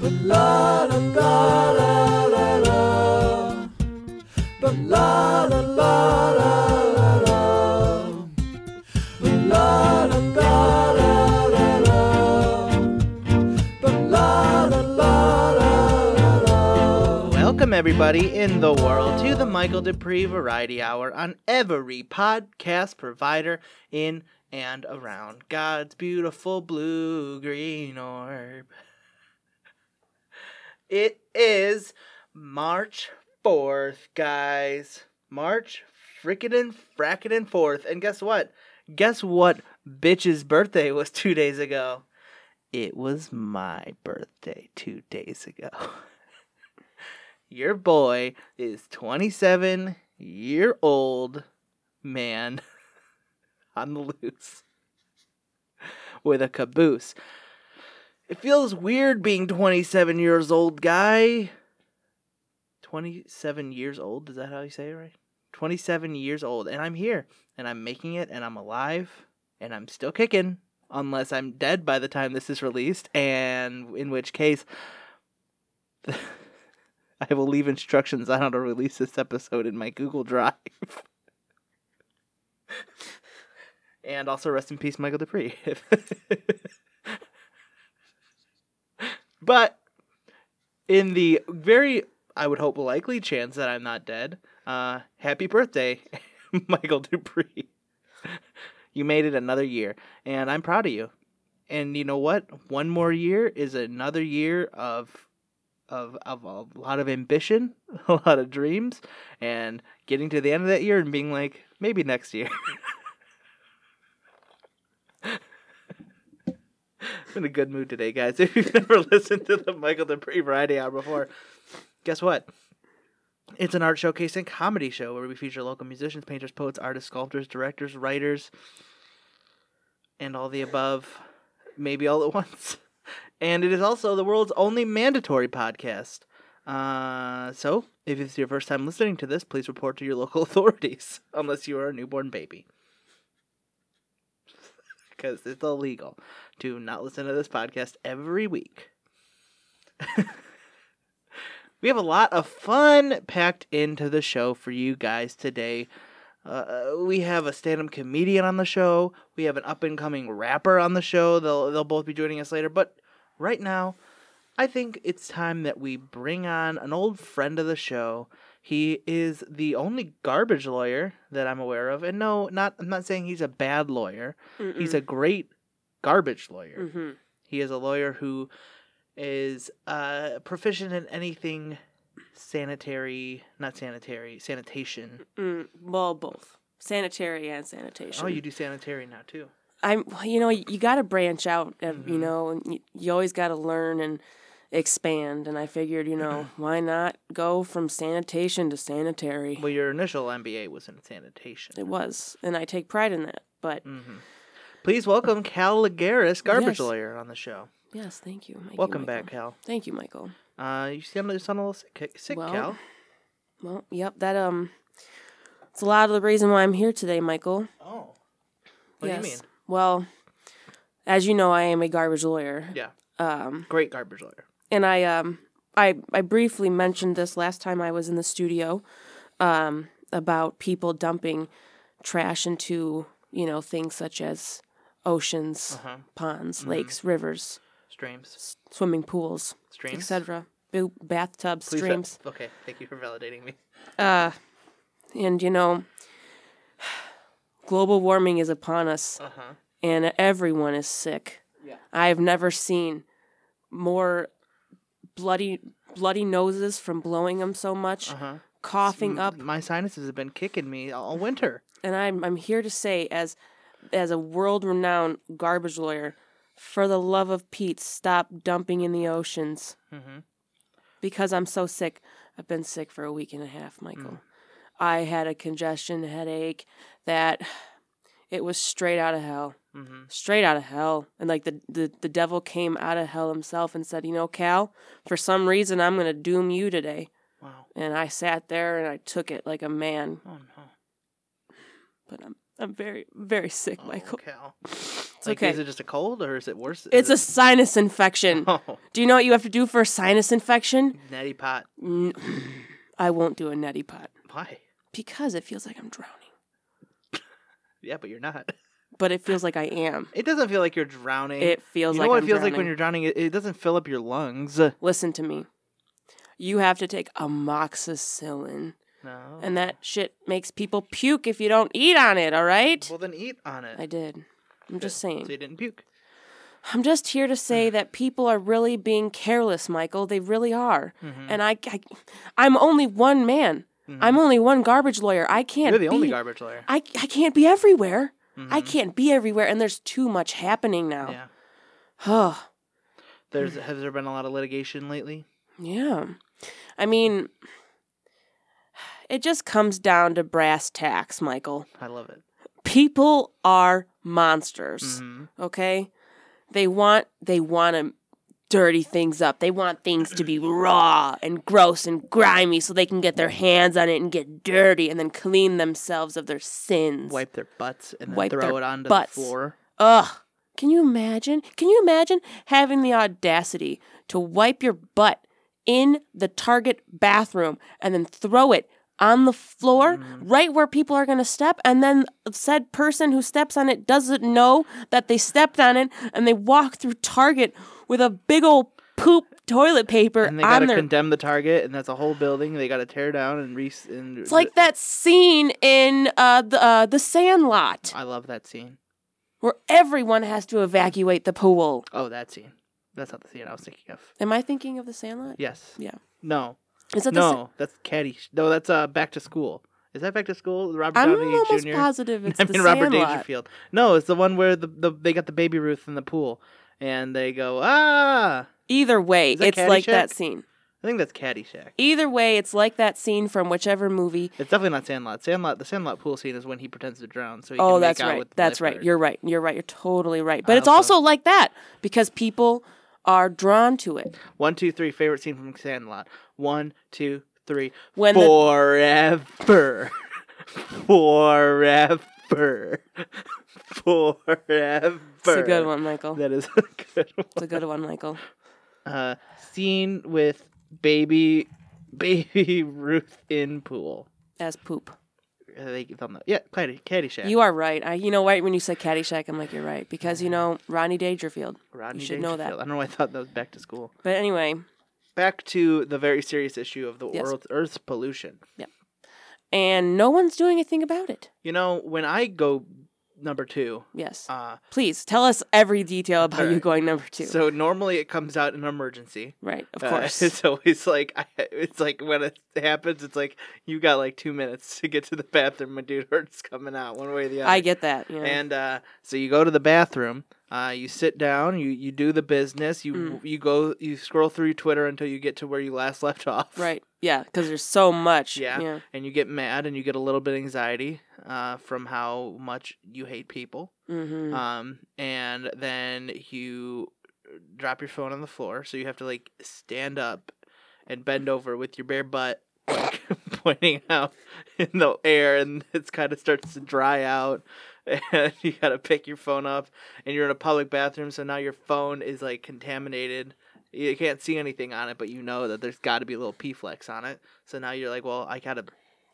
la la la la la la. But la la la la la la. But la la la la la la. But la la la la la la. Welcome, everybody, in the world to the Michael Dupree Variety Hour on every podcast provider in and around God's beautiful blue green orb. It is March 4th, guys. March frickin' frackin' 4th. And guess what? Guess what bitch's birthday was two days ago? It was my birthday two days ago. your boy is 27 year old man on the loose with a caboose. It feels weird being 27 years old, guy. 27 years old, is that how you say it right? 27 years old, and I'm here, and I'm making it, and I'm alive, and I'm still kicking, unless I'm dead by the time this is released, and in which case, I will leave instructions on how to release this episode in my Google Drive. and also rest in peace, Michael Dupree. but in the very, I would hope, likely chance that I'm not dead, uh, happy birthday, Michael Dupree. you made it another year, and I'm proud of you. And you know what? One more year is another year of of, of a lot of ambition, a lot of dreams, and getting to the end of that year and being like, maybe next year. I'm in a good mood today, guys. If you've never listened to the Michael Dupree Variety Hour before, guess what? It's an art showcase and comedy show where we feature local musicians, painters, poets, artists, sculptors, directors, writers, and all the above, maybe all at once and it is also the world's only mandatory podcast. Uh, so, if it's your first time listening to this, please report to your local authorities, unless you are a newborn baby. Because it's illegal to not listen to this podcast every week. we have a lot of fun packed into the show for you guys today. Uh, we have a stand-up comedian on the show. We have an up-and-coming rapper on the show. They'll they'll both be joining us later. But right now, I think it's time that we bring on an old friend of the show. He is the only garbage lawyer that I'm aware of, and no, not I'm not saying he's a bad lawyer. He's a great garbage lawyer. Mm-hmm. He is a lawyer who is uh, proficient in anything sanitary, not sanitary, sanitation. Mm, well, both sanitary and sanitation. Oh, you do sanitary now too. I'm. well, You know, you got to branch out. uh, Mhm. You know, and you, you always got to learn and expand. And I figured, you know, why not go from sanitation to sanitary? Well, your initial MBA was in sanitation. It was, and I take pride in that. But hmm Please welcome Cal Lagaris, Yes. garbage lawyer, on the show. yes, thank you. Thank you, welcome Michael. back, Cal. Thank you, Michael. Uh, you sound you sound a little sick, sick Well, Cal. Well, yep, that um, it's a lot of the reason why I'm here today, Michael. Oh, what do you mean? Well, as you know, I am a garbage lawyer. Yeah, Um, great garbage lawyer. and I um I I briefly mentioned this last time I was in the studio um about people dumping trash into, you know, things such as oceans, Uh huh. ponds, Mhm. lakes, rivers, Streams, swimming pools, streams, etc. Bo- bathtubs, Please, uh, streams. Okay, thank you for validating me. Uh and you know global warming is upon us Uh huh. and everyone is sick. Yeah. I've never seen more bloody bloody noses from blowing them so much, Uh huh. coughing up, My sinuses have been kicking me all winter. and I'm I'm here to say as as a world-renowned garbage lawyer, for the love of Pete, stop dumping in the oceans hmm because I'm so sick. I've been sick for a week and a half, Michael. I had a congestion headache that it was straight out of hell. hmm straight out of hell. And like the, the, the devil came out of hell himself and said, You know, Cal, for some reason I'm going to doom you today. Wow. And I sat there and I took it like a man. Oh no. But I'm, I'm very, very sick, Oh, Michael. Cal. It's Like, okay. Is it just a cold or is it worse? Is it's a it- sinus infection. oh, Do you know what you have to do for a sinus infection? neti pot. N- I won't do a neti pot Why? because it feels like I'm drowning, Yeah, but you're not. but it feels like I am. It doesn't feel like you're drowning. It feels you know like what I'm it feels drowning. like when you're drowning? It, it doesn't fill up your lungs. No. Listen to me. You have to take amoxicillin, and that shit makes people puke if you don't eat on it. All right? Well, then eat on it. I did. I'm just So saying. you didn't puke. I'm just here to say that people are really being careless, Michael. They really are. Mhm. And I, I, I'm only one man. I'm only one garbage lawyer. I can't. Mm. Mm-hmm. You're the be, only garbage lawyer. I, I can't be everywhere. I Mhm. can't be everywhere, and there's too much happening now. Yeah. Huh. There's Mm-hmm. has there been a lot of litigation lately? Yeah. I mean, it just comes down to brass tacks, Michael. I love it. People are monsters, Mhm. okay? They want they want to dirty things up. They want things to be raw and gross and grimy so they can get their hands on it and get dirty and then clean themselves of their sins. Wipe their butts and then Wipe throw their it onto butts. the floor. Ugh. Can you imagine? Can you imagine having the audacity to wipe your butt in the Target bathroom and then throw it on the floor Mm. right where people are going to step and then said person who steps on it doesn't know that they stepped on it and they walk through Target with a big old poop toilet paper And they on gotta their condemn the target, and that's a whole building. They gotta tear down and re. And It's like that scene in uh, the uh, the Sandlot I love that scene. where everyone has to evacuate the pool. Oh, that scene. That's not the scene I was thinking of. Am I thinking of the Sandlot? Yes. Yeah. No. Is that the sa- No. That's Caddy. No, that's uh, Back to School. Is that Back to School? Robert I'm Downey almost Jr. positive it's I the mean Robert Sandlot. Dangerfield. No, it's the one where the, the they got the baby Ruth in the pool, and they go ah. Either way, Is that it's like that Caddyshack? scene. I think that's Caddyshack. Either way, it's like that scene from whichever movie. It's definitely not Sandlot. Sandlot. The Sandlot pool scene is when he pretends to drown. So he Oh, can make that's out right. with the That's right. lifeguard. You're right. You're right. You're totally right. But I it's also like that because people are drawn to it. One, two, three. Favorite scene from Sandlot. One, two, three. When the- forever, forever, forever. It's a good one, Michael. That is a good one. It's a good one, Michael. Uh, scene with baby, baby Ruth in pool. As poop. Uh, They thumb that. Yeah, Caddy, Caddyshack. You are right. I, you know, right when you said Caddyshack, I'm like, you're right because you know Ronnie Dangerfield. Rodney should know that. Dangerfield. I don't know. why I thought that was back to school. But anyway, back to the very serious issue of the Yes. world's Earth's pollution. and no one's doing a thing about it. You know, when I go number two, Yes. uh, Please tell us every detail about you Alright. going number two. so normally it comes out in emergency. right, of Uh, course. it's always like I, it's like when it happens, it's like you got like two minutes to get to the bathroom, my dude, or it's coming out one way or the other. I get that. Yeah. And uh, so you go to the bathroom. Uh, you sit down. You, you do the business. You Mm. you go. You scroll through Twitter until you get to where you last left off. right. Yeah, because there's so much. Yeah. yeah. and you get mad and you get a little bit of anxiety uh, from how much you hate people. hmm Um, and then you drop your phone on the floor, so you have to like stand up and bend over with your bare butt like, pointing out in the air, and it's kind of starts to dry out. And you gotta pick your phone up, and you're in a public bathroom, so now your phone is like contaminated. You can't see anything on it, but you know that there's got to be a little P flex on it. So now you're like, well, I gotta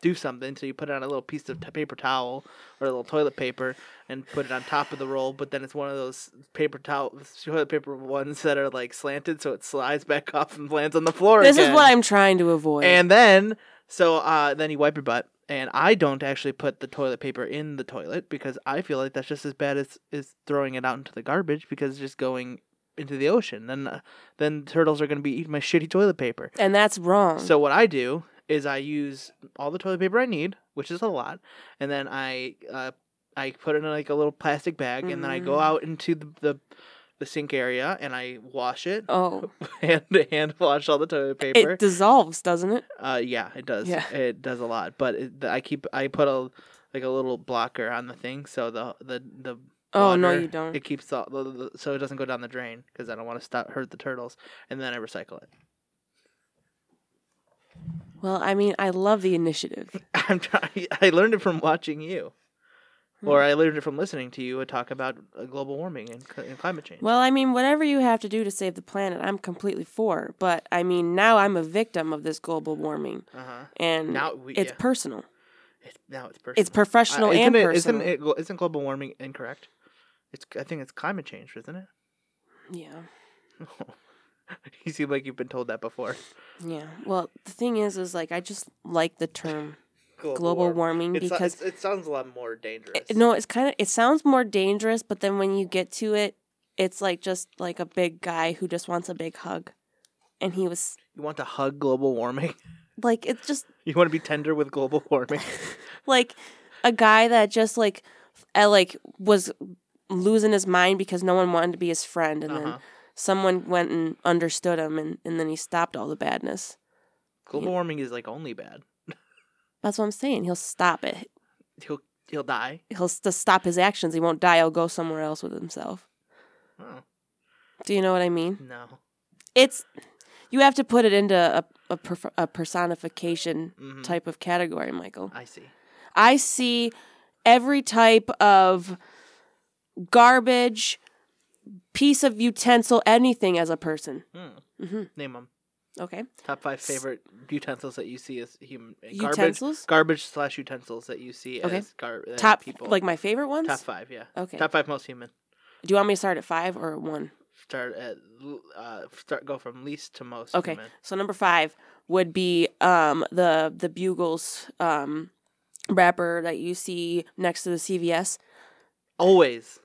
do something. So you put it on a little piece of t- paper towel or a little toilet paper, and put it on top of the roll, but then it's one of those paper towel toilet paper ones that are like slanted, so it slides back off and lands on the floor. This is again. what I'm trying to avoid. And then so uh, then you wipe your butt, and I don't actually put the toilet paper in the toilet because I feel like that's just as bad as is throwing it out into the garbage because it's just going into the ocean. Then uh, then turtles are going to be eating my shitty toilet paper. And that's wrong. So what I do is I use all the toilet paper I need, which is a lot, and then I uh, I put it in like a little plastic bag, and then I go Mm. out into the, the the sink area and I wash it oh, hand to hand wash all the toilet uh, paper. it dissolves, doesn't it? uh, yeah, it does. Yeah. it does a lot. But it, I keep I put a like a little blocker on the thing, so the the the Oh no, water, you don't. It keeps all the, the, so it doesn't go down the drain because I don't want to stop hurt the turtles, and then I recycle it. well, I mean, I love the initiative. I'm trying. I learned it from watching you. Hmm. Or I learned it from listening to you talk about uh, global warming and, cl- and climate change. Well, I mean, whatever you have to do to save the planet, I'm completely for. But I mean, now I'm a victim of this global warming, Uh huh. and Now we- mm, it's yeah. personal. It's, now it's personal. It's professional Uh, isn't and it, personal. Isn't it? glo- Isn't global warming incorrect? It's. I think it's climate change, isn't it? yeah, you seem like you've been told that before. yeah. Well, the thing is, is like I just like the term Global, global warm- warming It's- uh, because it's- it sounds a lot more dangerous. it- no, it's kind of it sounds more dangerous, but then when you get to it, it's like just like a big guy who just wants a big hug, and he was You want to hug global warming? like, it's just You want to be tender with global warming? like a guy that just like f- uh, like was losing his mind because no one wanted to be his friend and uh-huh. then someone went and understood him and, and then he stopped all the badness Global warming is like only bad. that's what i'm saying he'll stop it He'll he'll die. he'll s- just stop his actions he won't die he'll go somewhere else with himself Oh, do you know what i mean no. it's you have to put it into a, a, perf- a personification Mhm. type of category michael I see. I see every type of garbage, piece of utensil, anything as a person. Hmm. hmm Name them. Okay. Top five favorite utensils that you see as human garbage Utensils? garbage slash utensils that you see Okay. as gar- as Top, people. like my favorite ones? top five, yeah. Okay. Top five most human. Do you want me to start at five or one? Start at l- uh, start go from least to most. Okay. human. So number five would be um, the the Bugles um, wrapper that you see next to the CVS. Always,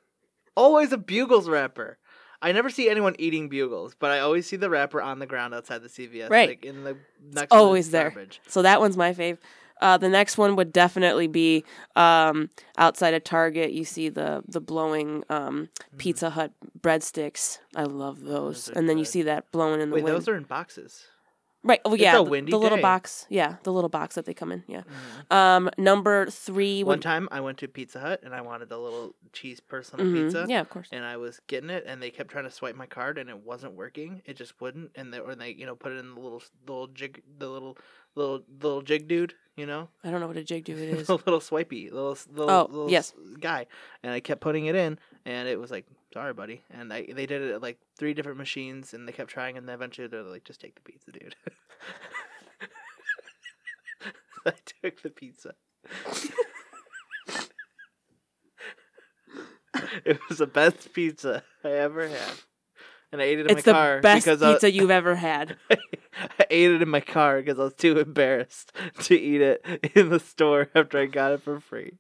always a bugles wrapper. I never see anyone eating bugles, but I always see the wrapper on the ground outside the CVS, Right. Like in the next to the always there. garbage. So that one's my fave. Uh, the next one would definitely be um, outside of Target. You see the the blowing um, Pizza Hut breadsticks. I love those. Mm-hmm. are and then you good. see that blowing in the Wait, wind. those are in boxes. right. Oh It's yeah. a the, windy the little day. box. Yeah, the little box that they come in. Yeah. Um, number three One would. time, I went to Pizza Hut and I wanted the little cheese personal Mhm. pizza. Yeah, of course. and I was getting it, and they kept trying to swipe my card, and it wasn't working. It just wouldn't, and they or they you know put it in the little the little jig the little little little jig dude, you know, I don't know what a jig do it is. the little swipey little little, Oh, little yes. s- guy, and I kept putting it in, and it was like sorry buddy, and I they did it at like three different machines, and they kept trying, and then eventually they're like just take the pizza, dude. I took the pizza. it was the best pizza I ever had. And I ate it in it's the my car best because uh, pizza you've ever had. I, I ate it in my car because I was too embarrassed to eat it in the store after I got it for free.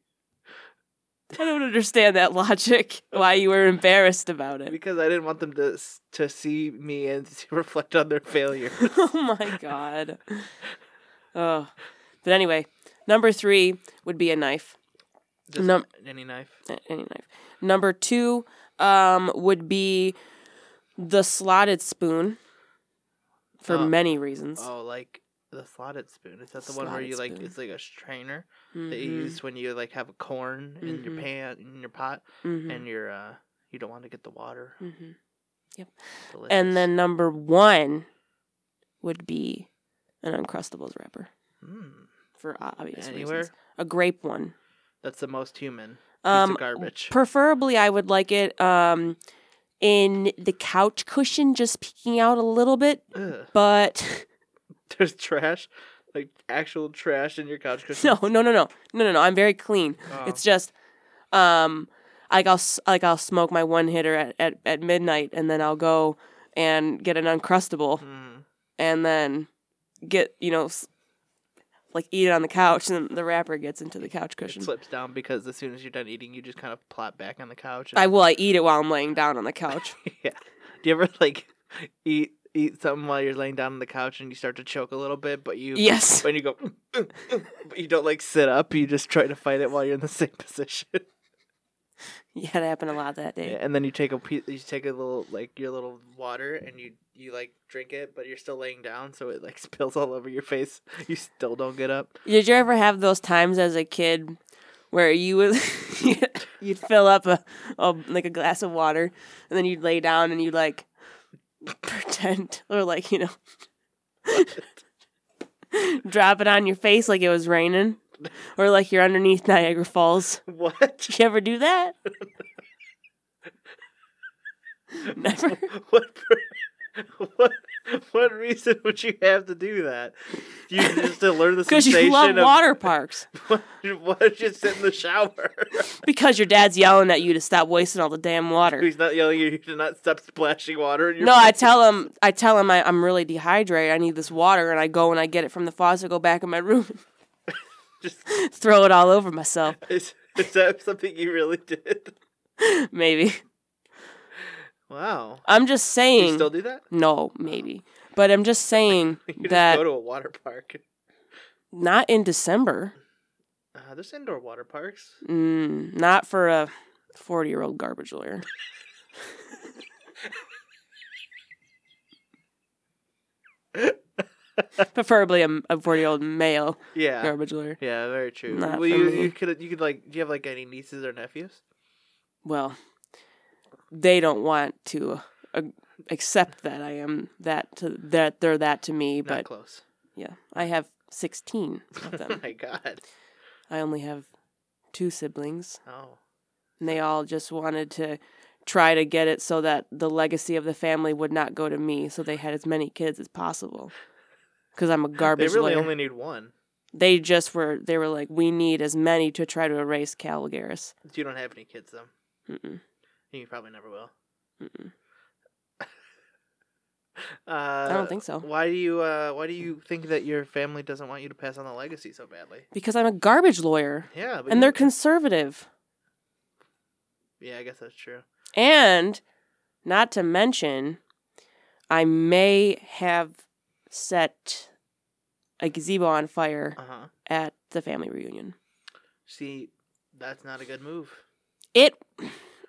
I don't understand that logic. Why you were embarrassed about it? Because I didn't want them to s- to see me and to reflect on their failure. oh my god. Oh. But anyway, number three would be a knife. Just Num- any knife. A- Any knife. Number two um, would be the slotted spoon for Oh. many reasons. Oh, like the slotted spoon. Is that the one where Slotted you like spoon. it's like a strainer that you Mhm, use when you like have a corn in your Mhm. pan in your pot mhm, and you're uh you don't want to get the water. mhm. Delicious. And then number one would be an Uncrustables wrapper Mm. for o- obvious anywhere. reasons. A grape one. That's the most human piece Um, of garbage. Preferably, I would like it um, in the couch cushion, just peeking out a little bit. Ugh. But There's trash, like actual trash in your couch cushion. no, no, no, no, no, no, no. I'm very clean. Oh. It's just, um, like I'll s- like I'll smoke my one hitter at, at at midnight, and then I'll go and get an uncrustable, Mm. and then get you know. s- Like eat it on the couch, and the wrapper gets into the couch It cushion. slips down because as soon as you're done eating, you just kind of plop back on the couch. I will. I eat it while I'm laying down on the couch. yeah. Do you ever like eat eat something while you're laying down on the couch and you start to choke a little bit, but you yes. when you go, "Mm, but you don't like sit up. You just try to fight it while you're in the same position, Eh. Yeah, that happened a lot that day. and then you take a pe- you take a little like your little water and you you like drink it, but you're still laying down, so it like spills all over your face. You still don't get up. Did you ever have those times as a kid where you would you'd fill up a, a like a glass of water and then you'd lay down and you'd like pretend or like you know drop it on your face like it was raining? or like you're underneath Niagara Falls. What? Did you ever do that? Never. what, per- what, what reason would you have to do that? You just to learn the Because sensation you love of water parks. What, what if you sit in the shower? Because your dad's yelling at you to stop wasting all the damn water. He's not yelling at you to not stop splashing water in your No, I tell him. I tell him I, I'm really dehydrated. I need this water, and I go and I get it from the faucet. Go back in my room, Just, throw it all over myself. is, is that something you really did? Maybe Wow. I'm just You saying. still do that? no, maybe. But I'm just saying You that just go to a water park. not in December. Uh, there's indoor water parks. Mm, not for a 40 year old garbage lawyer. Preferably a 40 year old male Yeah. garbage lawyer. Yeah, very true. Not well, for you, me. you could you could like do you have like any nieces or nephews? Well, they don't want to uh, accept that I am that to that they're that to me, Not but close. yeah, I have 16 of Oh them. my god. I only have two siblings. Oh. and they all just wanted to try to get it so that the legacy of the family would not go to me so they had as many kids as possible because i'm a They garbage really lawyer only need one. they just were they were like we need as many to try to erase Caligaris. You don't have any kids though. Mm-mm, You probably never will. mm-mm. Uh, i don't think so Why do you uh, Why do you think that your family doesn't want you to pass on the legacy so badly? because i'm a garbage lawyer Yeah, but and you- they're conservative yeah, I guess that's true. and not to mention i may have set a gazebo on fire Uh huh. at the family reunion See, that's not a good move. it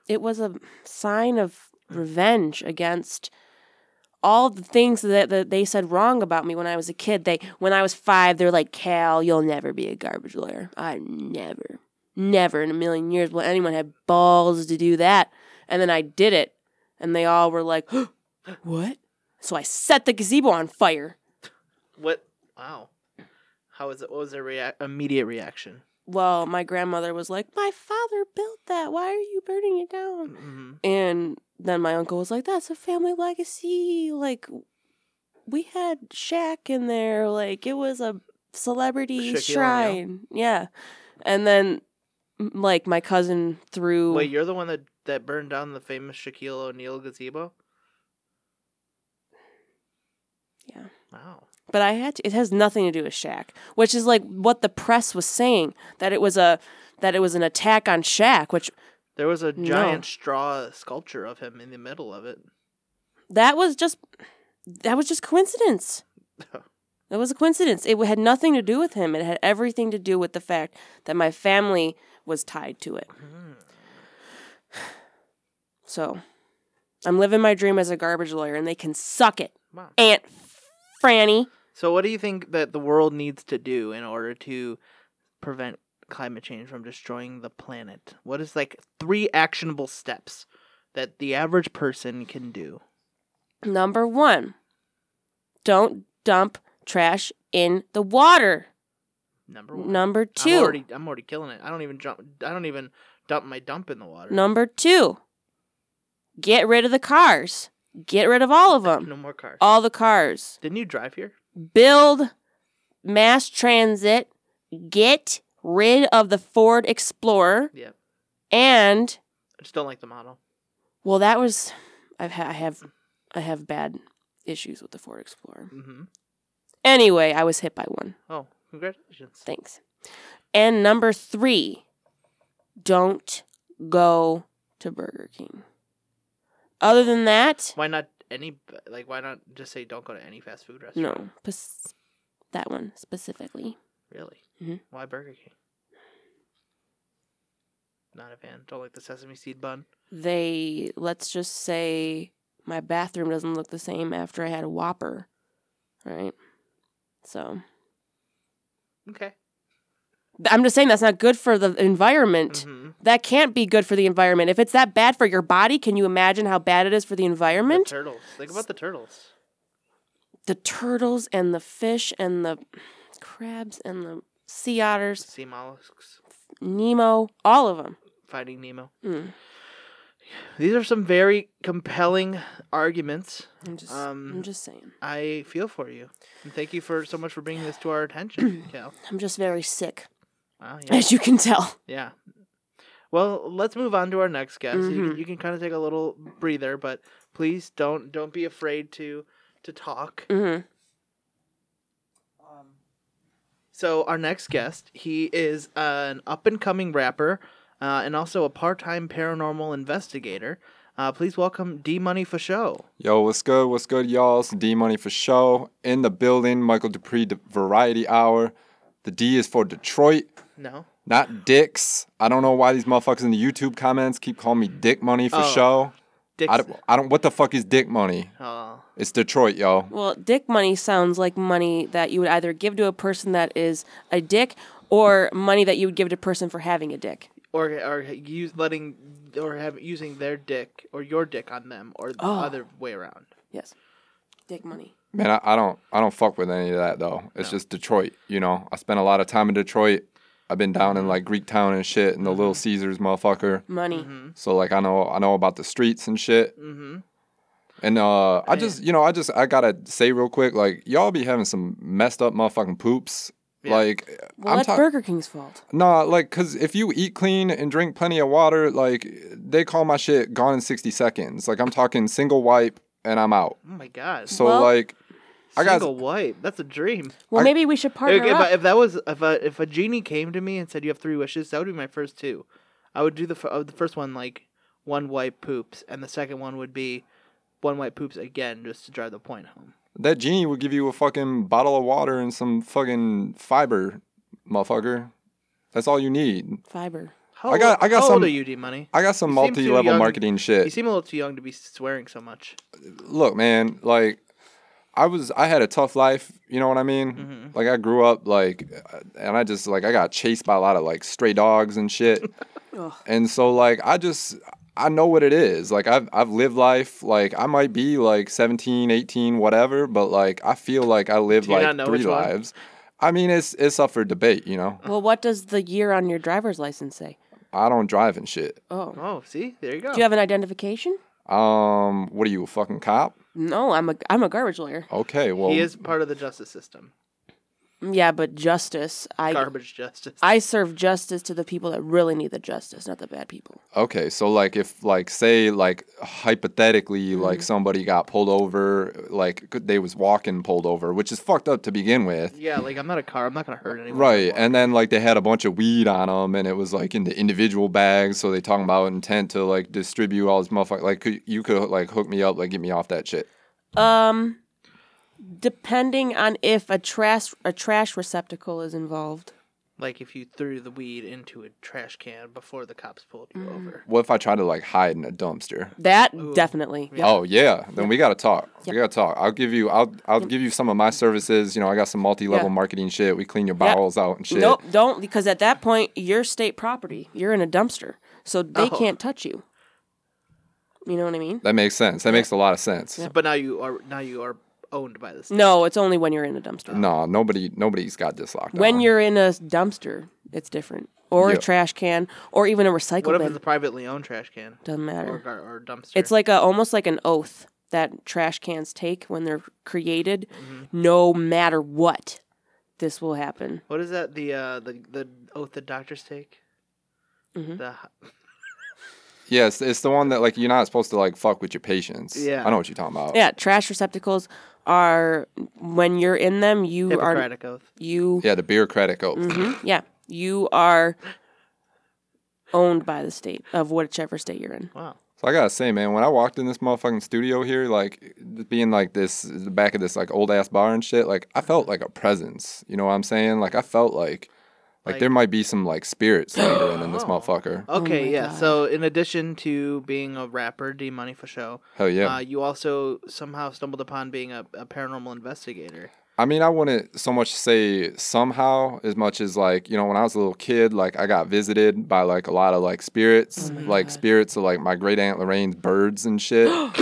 it was a sign of revenge against all the things that, that they said wrong about me when I was a kid. They when I was five, they're like, Cal, you'll never be a garbage lawyer. I never, never in a million years will anyone have balls to do that. And then I did it, and they all were like, What? So I set the gazebo on fire. What? Wow. How was it? What was their rea- immediate reaction? Well, my grandmother was like, My father built that. Why are you burning it down? Mm-hmm. And then my uncle was like, "That's a family legacy. Like, we had Shaq in there. Like, it was a celebrity Shaquille shrine. Yeah." And then, m- like, my cousin threw. Wait, you're the one that that burned down the famous Shaquille O'Neal gazebo. Yeah. Wow. but I had to, it has nothing to do with Shaq, which is like what the press was saying that it was a that it was an attack on Shaq, which There was a No. giant straw sculpture of him in the middle of it. that was just that was just coincidence. That was a coincidence. It had nothing to do with him. It had everything to do with the fact that my family was tied to it. Hmm. So I'm living my dream as a garbage lawyer, and they can suck it, Wow. Aunt Franny. So, what do you think that the world needs to do in order to prevent climate change from destroying the planet? What is like three actionable steps that the average person can do? Number one, don't dump trash in the water. Number one. Number I'm two, already, I'm already killing it. I don't even jump. I don't even dump my dump in the water. number two, get rid of the cars. Get rid of all of them. Oh. no more cars. All the cars. Didn't you drive here? build mass transit, get rid of the Ford Explorer, Yeah. and I just don't like the model. well, that was I've ha- I have I have bad issues with the Ford Explorer. Mm-hmm. Anyway, I was hit by one. Oh, congratulations. Thanks. And number three, don't go to Burger King. Other than that, Why not any? Like, why not just say don't go to any fast food restaurant? no, Pes- that one specifically. Really? Mhm. Why Burger King? Not a fan. Don't like the sesame seed bun. they let's just say my bathroom doesn't look the same after I had a Whopper, right? So Okay. th- I'm just saying that's not good for the environment. Mm-hmm. That can't be good for the environment. If it's that bad for your body, can you imagine how bad it is for the The environment? turtles. Think about the turtles. The turtles and the fish and the crabs and the sea otters, Sea mollusks, Nemo, all of them. Finding Nemo. Mm. These are some very compelling arguments. I'm just, Um, I'm just saying. I feel for you, and thank you for so much for bringing this to our attention, Cal. I'm just very sick, Wow, yeah, as you can tell. yeah. Well, let's move on to our next guest. You, can, Mhm. you can kind of take a little breather, but please don't don't be afraid to to talk. hmm So our next guest, he is an up and coming rapper, uh, and also a part time paranormal investigator. Uh, please welcome D Money for show. Yo, what's good? What's good, y'all? It's D Money for show in the building. Michael Dupree, the Variety Hour. The D is for Detroit, No, not dicks. I don't know why these motherfuckers in the YouTube comments keep calling me Dick Money for Oh. show. Dick. I don't, I don't. What the fuck is Dick Money? Oh, It's Detroit, yo. Well, dick money sounds like money that you would either give to a person that is a dick or money that you would give to a person for having a dick. or or use letting or have using their dick or your dick on them or the Oh. other way around. Yes. Dick money. Man, I, I don't. I don't fuck with any of that though. It's just Detroit. You know, I spent a lot of time in Detroit. I've been down in like Greek Town and shit, and the Little Caesars, motherfucker. Money. So like I know I know about the streets and shit. Mm-hmm. And uh, I just, you know, I just, I gotta say real quick, like y'all be having some messed up motherfucking poops. Yeah. Like Well, I'm that's talking, Burger King's fault. nah, like, cause if you eat clean and drink plenty of water, like they call my shit gone in sixty seconds. Like I'm talking single wipe and I'm out. Oh my god. So Well- like, I got- Single wipe. That's a dream. Well, I- maybe we should partner If, if, I- up. if that was if a if a genie came to me and said you have three wishes, that would be my first two. I would do the fir- uh, the first one like one wipe poops, and the second one would be one wipe poops again, just to drive the point home. that genie will give you a fucking bottle of water and some fucking fiber, motherfucker. That's all you need. Fiber. How I got- old- I got how some- old are you, D Money? I got some You seem too multi-level young. marketing shit. You seem a little too young to be swearing so much. look, man, like I was, I had a tough life. You know what I mean? Mm-hmm. Like I grew up like, uh, and I just like I got chased by a lot of like stray dogs and shit. Ugh. and so like I just I know what it is. Like I've I've lived life. Like I might be like 17, 18, whatever, but like I feel like I lived Do you not like know three which one? lives. I mean, it's it's up for debate. You know, Well, what does the year on your driver's license say? I don't drive and shit. Oh. Oh, see, there you go. Do you have an identification? Um, what are you a fucking cop? No, I'm a I'm a garbage lawyer. Okay, well, he is part of the justice system. Yeah, but justice. I Garbage justice. I serve justice to the people that really need the justice, not the bad people. Okay, so like if like say like hypothetically like Mm-hmm. somebody got pulled over like could- they was walking pulled over, which is fucked up to begin with. yeah, like I'm not a car. I'm not gonna hurt anyone. Right, and then like they had a bunch of weed on them, and it was like in the individual bags. So they talking about intent to like distribute all this motherfucker. Like could, you could like hook me up, like get me off that shit. Um, depending on if a trash a trash receptacle is involved. like if you threw the weed into a trash can before the cops pulled you Mm. over. What if I try to like hide in a dumpster? That definitely. Oh yeah, then we gotta talk. We gotta talk. I'll give you. I'll I'll give you some of my services. You know, I got some multi-level Yeah. marketing shit. We clean your bowels out and shit. Nope, don't because at that point you're state property. You're in a dumpster, so they Oh. can't touch you. You know what I mean? That makes sense. That makes a lot of sense. But now you are now you are owned by this. No, it's only when you're in a dumpster. No, nobody nobody's got this locked When down. you're in a dumpster, it's different, or Yeah. a trash can, or even a recycle What if bin. it's a privately owned trash can Doesn't or, matter. gar- or dumpster? It's like a almost like an oath that trash cans take when they're created. Mm-hmm. No matter what, this will happen. what is that? The uh, the the oath that doctors take. Mhm. The Yes, it's the one that like you're not supposed to like fuck with your patients. Yeah. I know what you're talking about. Yeah, trash receptacles are when you're in them, you are Hippocratic oath. you Yeah, the bureaucratic oath. Mm. Mhm, yeah, you are owned by the state of whichever state you're in. Wow. So I gotta say, man, when I walked in this motherfucking studio here, like being like this the back of this like old ass bar and shit, like I felt like a presence. You know what I'm saying? Like I felt like like, Like- there might be some like spirits lingering in this Oh. motherfucker. Okay, my yeah. God. So in addition to being a rapper, D Money for show, Hell yeah. uh, you also somehow stumbled upon being a, a paranormal investigator. I mean, I wouldn't so much say somehow as much as like, you know, when I was a little kid, like I got visited by like a Oh lot of like spirits, like spirits of like my great aunt Lorraine's birds and shit.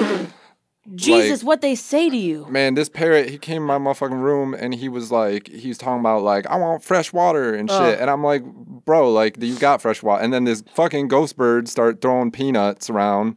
Jesus, what they say to you. Man, this parrot, he came in my motherfucking room and he was like, he was talking about like, I want fresh water and shit. And I'm like, bro, like, you got fresh water. And then this fucking ghost bird start throwing peanuts around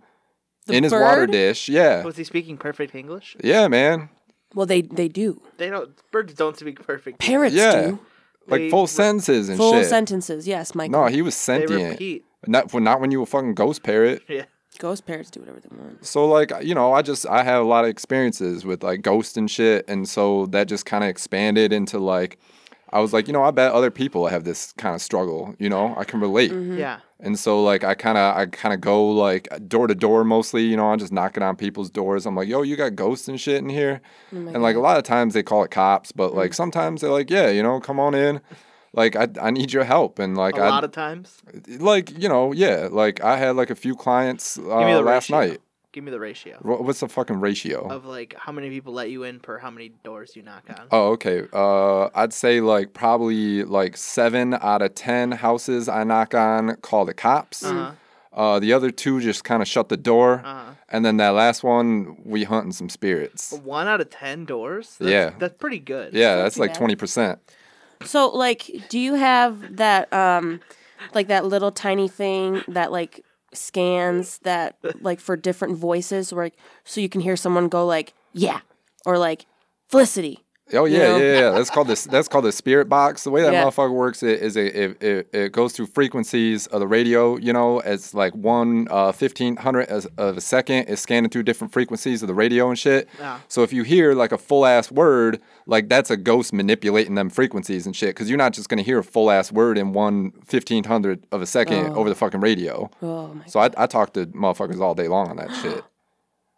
The in his water bird? dish. Yeah. Was he speaking perfect English? Yeah, man. Well, they they do. They don't. Birds don't speak perfect. English. Parrots Yeah. do. Like They re- full sentences and Full shit. sentences. Yes, Michael. no, he was They sentient. repeat. Not, well, not when you were fucking ghost parrot. Yeah. Ghost parrots do whatever they want. So like uh, you know, I just I have a lot of experiences with like ghosts and shit, and so that just kind of expanded into like I was like, you know, I bet other people have this kind of struggle. You know, I can relate, Mm-hmm. Yeah. and so like I kind of I kind of go like uh, door to door mostly. You know, I'm just knocking on people's doors. I'm like, yo, you got ghosts and shit in here, Oh and like a lot of times they call it cops, but like Mm-hmm. sometimes they're like, yeah, you know, come on in. Like I, I need your help and like Uh, A I lot of times. like you know yeah like I had like a few clients uh, Give me the last ratio. night. Give me the ratio Wha- What's the fucking ratio? of like how many people let you in per how many doors you knock on. Oh, okay. Uh, I'd say like probably like seven out of ten houses I knock on call the cops. Uh-huh. Uh, the other two just kind of shut the door, Uh-huh. and then that last one we hunting some spirits. One out of ten doors. That's, Yeah. That's pretty good. Yeah, that's too like bad. twenty percent. So, like, do you have that, um, like that little tiny thing that like scans that like for different voices, where like, so you can hear someone go like, yeah, or like, Felicity. Oh yeah, know? yeah, yeah. That's called this. That's called the spirit box. The way that Yeah. motherfucker works it is it, it, it, it goes through frequencies of the radio. You know, it's like one uh, fifteen hundred as- of a second is scanning through different frequencies of the radio and shit. Yeah. So if you hear like a full ass word, like that's a ghost manipulating them frequencies and shit, because you're not just gonna hear a full ass word in one fifteen hundred of a second over the fucking radio. Oh my! So I, I talk to motherfuckers all day long on that shit.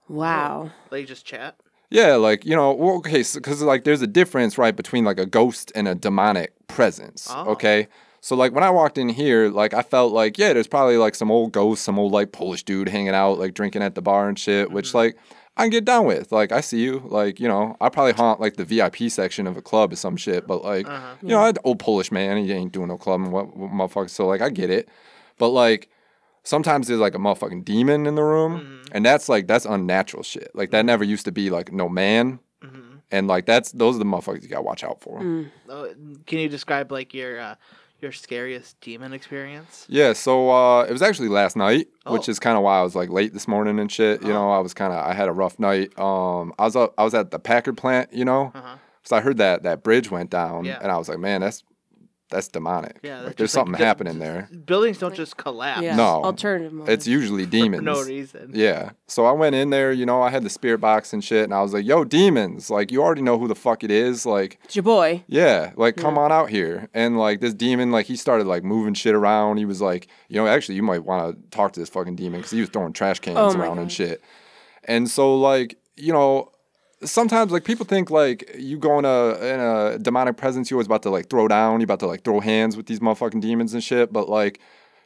Wow. Like just chat. Yeah, like you know, well, okay, because like there's a difference, right, between like a ghost and a demonic presence. Oh. Okay, so like when I walked in here, like I felt like yeah, there's probably like some old ghost, some old like Polish dude hanging out, like drinking at the bar and shit, which like I can get down with. Like I see you, like you know, I probably haunt like the VIP section of a club or some shit, but like you know, I'd old Polish man, he ain't doing no club and what, what motherfucker. So like I get it, but like sometimes there's like a motherfucking demon in the room Mm-hmm. and that's like that's unnatural shit like that never used to be like no man and like that's those are the motherfuckers you gotta watch out for Mm-hmm. Mm, Oh, can you describe like your uh, your scariest demon experience? yeah so uh it was actually last night which Oh. Uh-huh. is kind of why i was like late this morning and shit you know i was kind of i had a rough night um i was up i was at the packard plant you know Uh huh. so i heard that that bridge went down Yeah. and i was like man that's that's demonic Yeah. like, that's there's just, like, something the- happening there Buildings don't just collapse. Yeah. No. Alternative. Motive. it's usually For demons no reason. Yeah. So I went in there, you know, I had the spirit box and shit, and I was like, yo, demons, like, you already know who the fuck it is. Like, It's your boy. yeah, like, come on out here. And, like, this demon, like, he started, like, moving shit around. He was like, you know, actually, you might want to talk to this fucking demon because he was throwing trash cans Oh my around and God. shit. And so, like, you know, sometimes, like, people think, like, you go in a, in a demonic presence, you're always about to, like, throw down, you're about to, like, throw hands with these motherfucking demons and shit. But, like,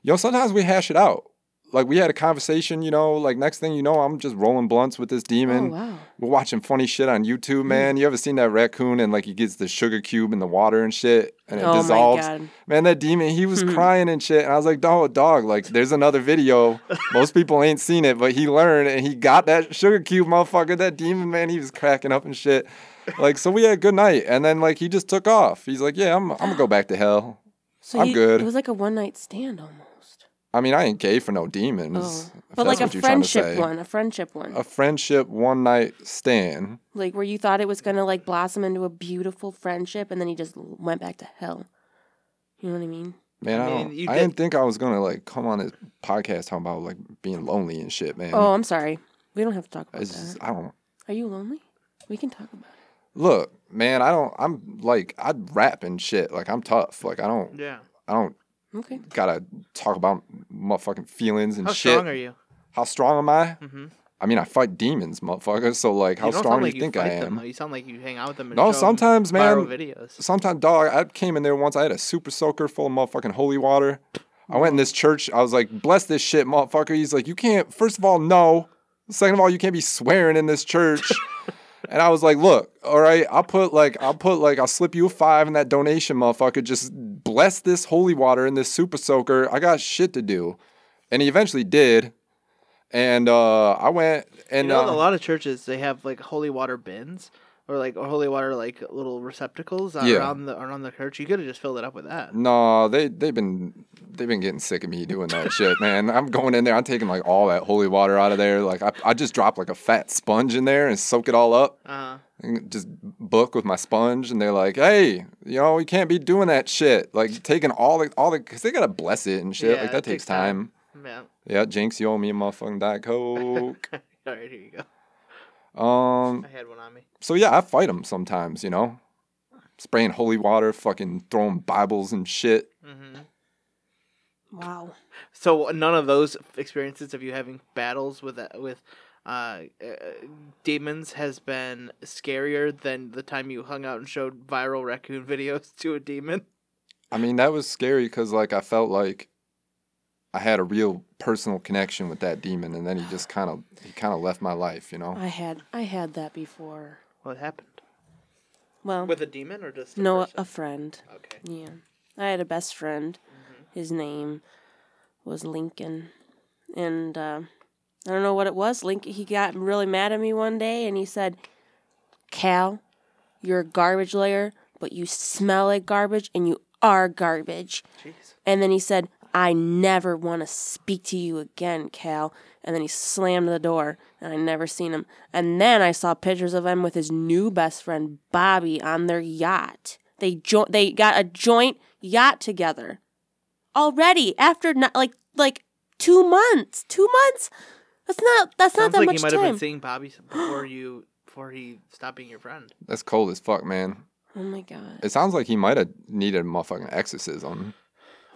you know, sometimes we hash it out. Like we had a conversation, you know, like next thing you know, I'm just rolling blunts with this demon. Oh, wow. We're watching funny shit on Hmm. YouTube, man. You ever seen that raccoon and like he gets the sugar cube in the water and shit and it Oh my dissolves? God. Hmm. Man, that demon, he was crying and shit. And I was like, dog, dog, like there's another video. Most people ain't seen it, but he learned and he got that sugar cube motherfucker. That demon, man, he was cracking up and shit. Like, so we had a good night. And then like he just took off. He's like, Yeah, I'm I'm gonna go back to hell. So I'm he- good. It was like a one night stand almost. I mean, I ain't gay for no demons. Oh. if But that's like a what you're trying to friendship say. one, a friendship one, A friendship one night stand. like where you thought it was gonna like blossom into a beautiful friendship, and then he just l- went back to hell. You know what I mean? Man, I, I mean, don't, you I did- didn't think I was gonna like come on this podcast talking about like being lonely and shit, man. Oh, I'm sorry. We don't have to talk about it's that. just, I don't Are you lonely? We can talk about it. look, man. I don't. I'm like I rap and shit. Like I'm tough. Like I don't. Yeah. I don't Okay. gotta talk about motherfucking feelings and How shit. strong are you? How strong am I? I mean, I fight demons, motherfucker. So like, how you don't strong sound do like you think I fight am? them. though. You sound like you hang out with them. And No, show 'em sometimes, man. Viral videos. Sometimes, dog, I came in there once. I had a super soaker full of motherfucking holy water. I went in this church. I was like, bless this shit, motherfucker. He's like, you can't, first of all, no. Second of all, you can't be swearing in this church. and I was like, look, all right, I'll put like, I'll put like, I'll slip you a five in that donation, motherfucker. Just bless this holy water and this super soaker. I got shit to do. And he eventually did. And uh, I went and You know, in uh, a lot of churches they have like holy water bins or like or holy water like little receptacles that Yeah. are around the around the church. You could have just filled it up with that. No, they they've been they've been getting sick of me doing that shit, man. I'm going in there, I'm taking like all that holy water out of there. Like I, I just drop like a fat sponge in there and soak it all up Uh, and just book with my sponge and they're like, "Hey, you know, you can't be doing that shit. Like taking all the all the cuz they got to bless it and shit. Yeah, like that it takes takes time. time. yeah. Yeah, Jinx, you owe me a motherfucking Diet Coke. All right, here you go. um I had one on me. so yeah, I fight them sometimes, you know. Spraying holy water, fucking throwing Bibles and shit. hmm Wow. So uh, none of those experiences of you having battles with uh, with uh, uh, demons has been scarier than the time you hung out and showed viral raccoon videos to a demon. I mean, that was scary because, like, I felt like I had a real personal connection with that demon, and then he just kind of he kind of left my life, you know. I had I had that before. What happened Well, with a demon or just a no, uh, person? a friend. okay. Yeah. I had a best friend. Mm-hmm. His name was Lincoln. And uh, I don't know what it was. Lincoln, he got really mad at me one day and he said, Cal, you're a garbage layer, but you smell like garbage and you are garbage. Jeez. And then he said, I never want to speak to you again, Cal. And then he slammed the door, and I never seen him. And then I saw pictures of him with his new best friend, Bobby, on their yacht. They jo- they got a joint yacht together. Already after not, like like two months, two months. That's not that's Sounds not that like much he might have time. been seeing Bobby s- before you before he stopped being your friend. That's cold as fuck, man. oh my god, It sounds like he might have needed a motherfucking exorcism.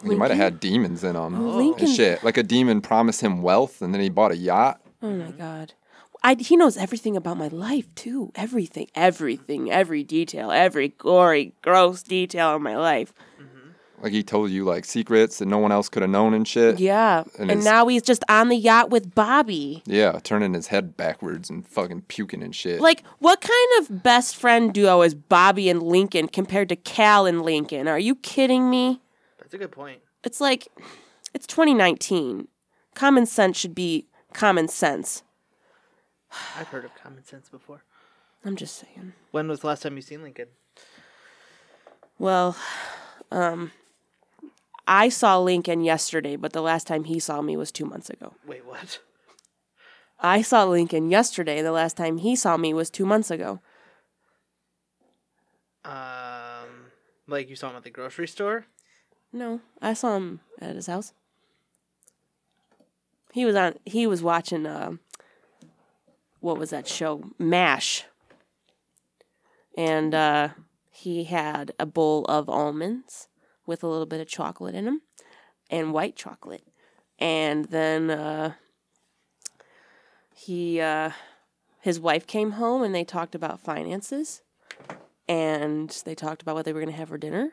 He might Lincoln? have had demons in him Oh, and Lincoln. shit. Like a demon promised him wealth, and then he bought a yacht. oh my god. I, he knows everything about my life too. Everything, everything, every detail, every gory, gross detail of my life. Like he told you like secrets that no one else could have known and shit. Yeah. And And, it's- now he's just on the yacht with Bobby. Yeah, turning his head backwards and fucking puking and shit. Like, what kind of best friend duo is Bobby and Lincoln compared to Cal and Lincoln? Are you kidding me? That's a good point. It's like, it's 2019. Common sense should be common sense. I've heard of common sense before. I'm just saying. When was the last time you seen Lincoln? Well, um, I saw Lincoln yesterday, but the last time he saw me was two months ago. Wait, what? I saw Lincoln yesterday. The last time he saw me was two months ago. Um, like you saw him at the grocery store. No, I saw him at his house. He was on. He was watching. Uh, what was that show? Mash. And uh, he had a bowl of almonds with a little bit of chocolate in them, and white chocolate. And then uh, he, uh, his wife came home, and they talked about finances, and they talked about what they were going to have for dinner,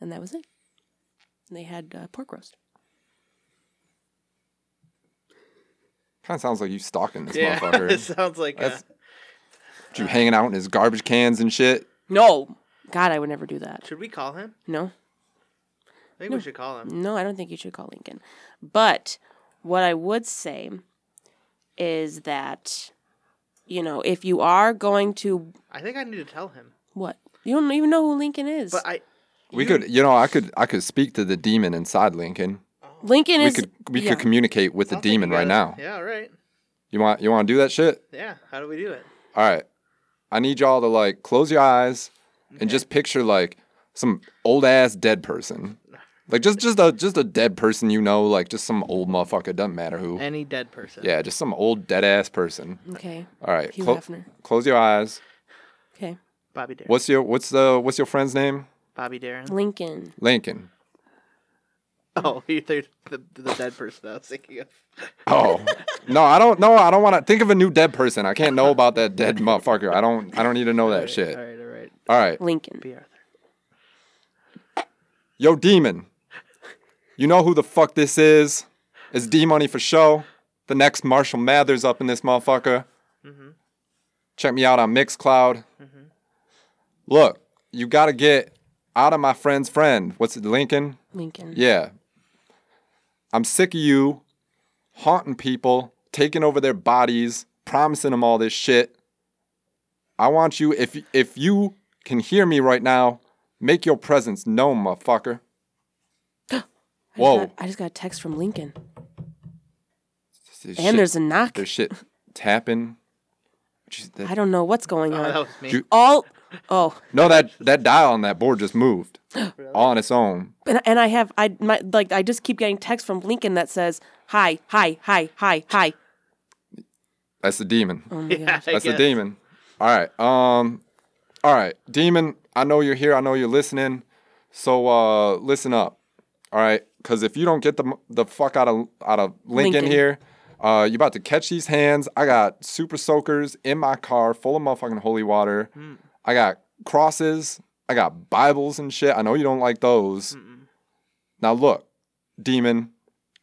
and that was it. They had uh, pork roast. kind of sounds like you stalking this motherfucker. it sounds like uh That's- you hanging out in his garbage cans and shit. No, God, I would never do that. Should we call him? No, I think we should call him. no, Mm. I don't think you should call Lincoln. But what I would say is that, you know, if you are going to I think I need to tell him. what you don't even know who Lincoln is. But I We could, you know, I could, I could speak to the demon inside Lincoln. Lincoln We is could, we yeah. could communicate with the I'll think demon you got right now. it. Yeah, all right. You want, you want to do that shit? Yeah. How do we do it? All right. I need y'all to like close your eyes and just picture like some old ass dead person, like just, just a, just a dead person you know, like just some old motherfucker. Doesn't matter who. Any dead person. Yeah, just some old dead ass person. okay. All right. Hugh clo- Hefner. close your eyes. Okay, Bobby Darren. What's your, what's the, what's your friend's name? Bobby Darren. Lincoln. Lincoln. Oh, you think the, the dead person I was thinking of. Oh no, I don't know. I don't want to think of a new dead person. I can't know about that dead motherfucker. I don't. I don't need to know that shit. All right, all right. All right, Lincoln. Be Arthur. yo, demon. You know who the fuck this is? It's D Money for show. The next Marshall Mathers up in this motherfucker. Check me out on Mixcloud. Look, you gotta get out of my friend's friend. What's it, Lincoln? Lincoln. Yeah. I'm sick of you haunting people taking over their bodies, promising them all this shit. I want you if if you can hear me right now, make your presence known, motherfucker. I just Whoa. got- I just got a text from Lincoln. There's And shit- there's a knock. there's shit tapping. Jeez, that- I don't know what's going Oh, on. that was me. Ju- All oh, no, that that dial on that board just moved all on its own. and, and I have I my like I just keep getting texts from Lincoln that says hi hi hi hi hi. That's the demon. Oh my Yeah, gosh. I That's the guess. demon. All right. Um all right. Demon, I know you're here. I know you're listening. So uh listen up. All right? Cuz if you don't get the the fuck out of out of Lincoln, Lincoln. here, uh you're about to catch these hands. I got super soakers in my car full of motherfucking holy water. I got crosses. I got Bibles and shit. I know you don't like those. Now look, demon,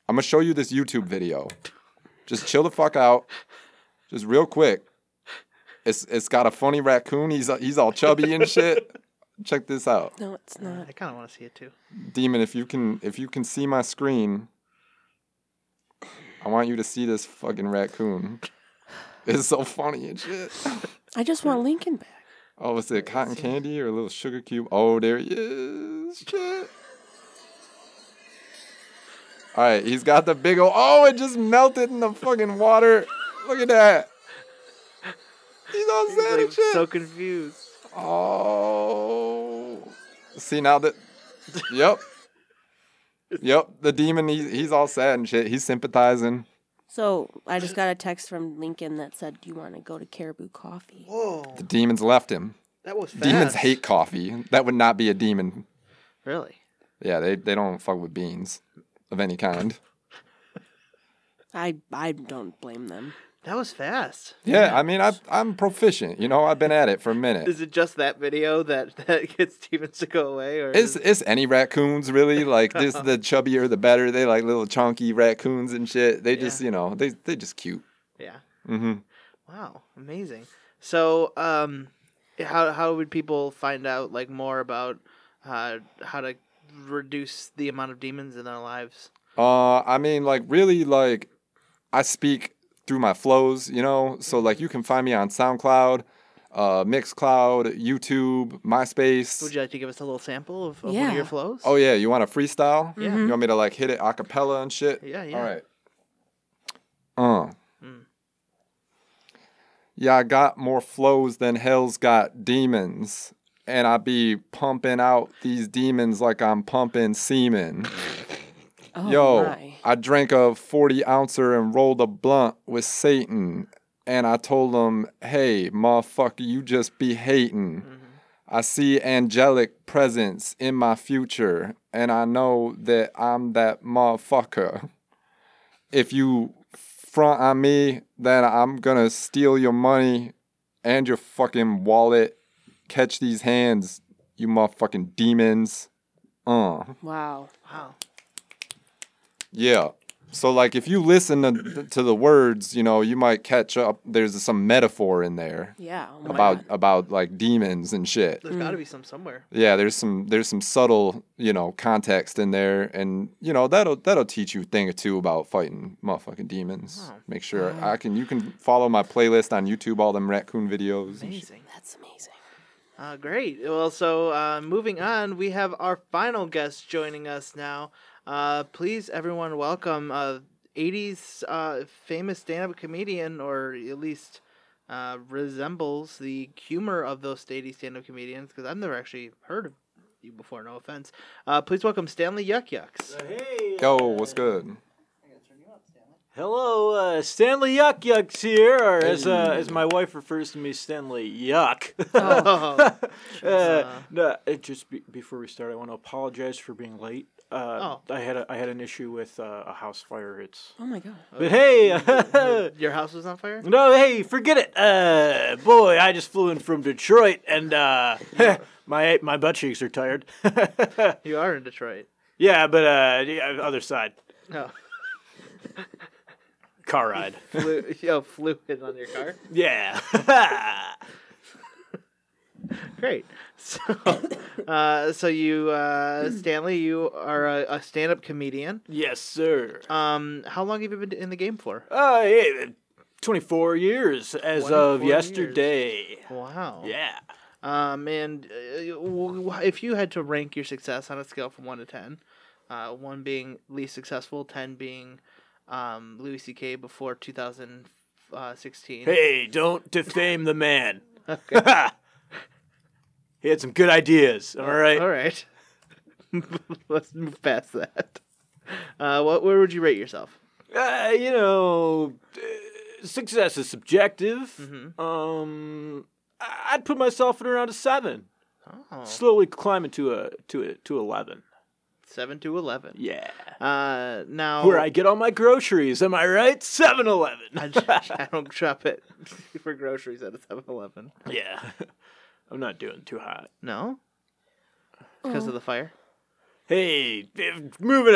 I'm going to show you this YouTube video. Just chill the fuck out. Just real quick. It's it's got a funny raccoon. He's he's all chubby and shit. Check this out, No, it's not. I kind of want to see it too. demon. If you can if you can see my screen, I want you to see this fucking raccoon. It's so funny and shit. I just want Lincoln back. Oh, is it cotton candy or a little sugar cube? Oh, there he is. Shit. All right, he's got the big old. Oh, it just melted in the fucking water. Look at that. He's all He's sad like, and shit. so confused. Oh. See now that Yep. Yep, the demon he, he's all sad and shit. He's sympathizing. So I just got a text from Lincoln that said, "Do you want to go to Caribou Coffee?" Whoa, The demons left him. that was fast. Demons hate coffee. That would not be a demon. Really? Yeah, they, they don't fuck with beans of any kind. I I don't blame them. That was fast. Yeah, I mean I I'm proficient, you know, I've been at it for a minute. Is it just that video that that gets demons to go away, or is- It's it's any raccoons really. Like this the chubbier the better. They like little chunky raccoons and shit. They just, Yeah. you know, they they just cute. yeah? hmm Wow, amazing. So, um, how how would people find out like more about uh, how to reduce the amount of demons in their lives? Uh, I mean, like really, like I speak through my flows, you know. So like, you can find me on SoundCloud, uh, Mixcloud, YouTube, Would MySpace. you like to give us a little sample of, of one of Yeah. your flows? Oh yeah, you want a freestyle? Yeah. You want me to like hit it a cappella and shit? Yeah, yeah. All right. Uh. Mm. Yeah, I got more flows than hell's got demons. And I be pumping out these demons like I'm pumping semen. Oh Yo, my. I drank a 40 ouncer and rolled a blunt with Satan. And I told him, hey, motherfucker, you just be hating. Mm-hmm. I see angelic presence in my future. And I know that I'm that motherfucker. If you front on me, then I'm gonna steal your money and your fucking wallet. Catch these hands, you motherfucking demons. Uh. Wow. Wow. Yeah. So like if you listen to, to the words, you know, you might catch up there's some metaphor in there Yeah. Oh my about God. about like demons and shit. There's got to be some somewhere. Yeah, there's some there's some subtle, you know, context in there and you know, that'll that'll teach you a thing or two about fighting motherfucking demons. Make sure I can you can follow my playlist on YouTube all them raccoon videos. And shit. Amazing. That's amazing. Uh, great. Well, so uh, moving on, we have our final guest joining us now. Uh, please, everyone, welcome uh, 80s uh, famous stand up comedian, or at least uh, resembles the humor of those 80s stand up comedians, because I've never actually heard of you before, no offense. Uh, please welcome Stanley Yuck Yucks. Hey, Yo, what's good? hello, uh, Stanley Yuck Yucks here, or as uh, as my wife refers to me, Stanley Yuck. Oh, uh, no, it just be, before we start, I want to apologize for being late. Uh, I had a, I had an issue with uh, a house fire. It's Oh my god. but hey, your house was on fire? no, hey, forget it. Uh, boy, I just flew in from Detroit, and uh, my my butt cheeks are tired. You are in Detroit. Oh, yeah, but uh, yeah, other side, No. car ride. Flu- yo, fluid on your car? Yeah. Great. So, uh, so you, uh, Hmm. Stanley, you are a, a stand-up comedian. Yes, sir. Um, how long have you been in the game for? Uh, yeah, 24 years as 24 of yesterday. Wow. Yeah. Um, and uh, w- w- if you had to rank your success on a scale from one to ten, uh, one being least successful, ten being, um, Louis C.K. before 2016. Hey, don't defame the man. he had some good ideas. All right. All right. Let's move past that. Uh, what where would you rate yourself? Uh, you know, uh, success is subjective. Mm-hmm. Um, I- I'd put myself at around a seven. Oh. Slowly climbing to a to a to eleven. Seven to eleven. Yeah. Uh, now Where I get all my groceries. Am I right? Seven I, Eleven. I don't shop at for groceries at a 7-Eleven. yeah. I'm not doing too hot. No, because Oh. of the fire. Hey, eh, moving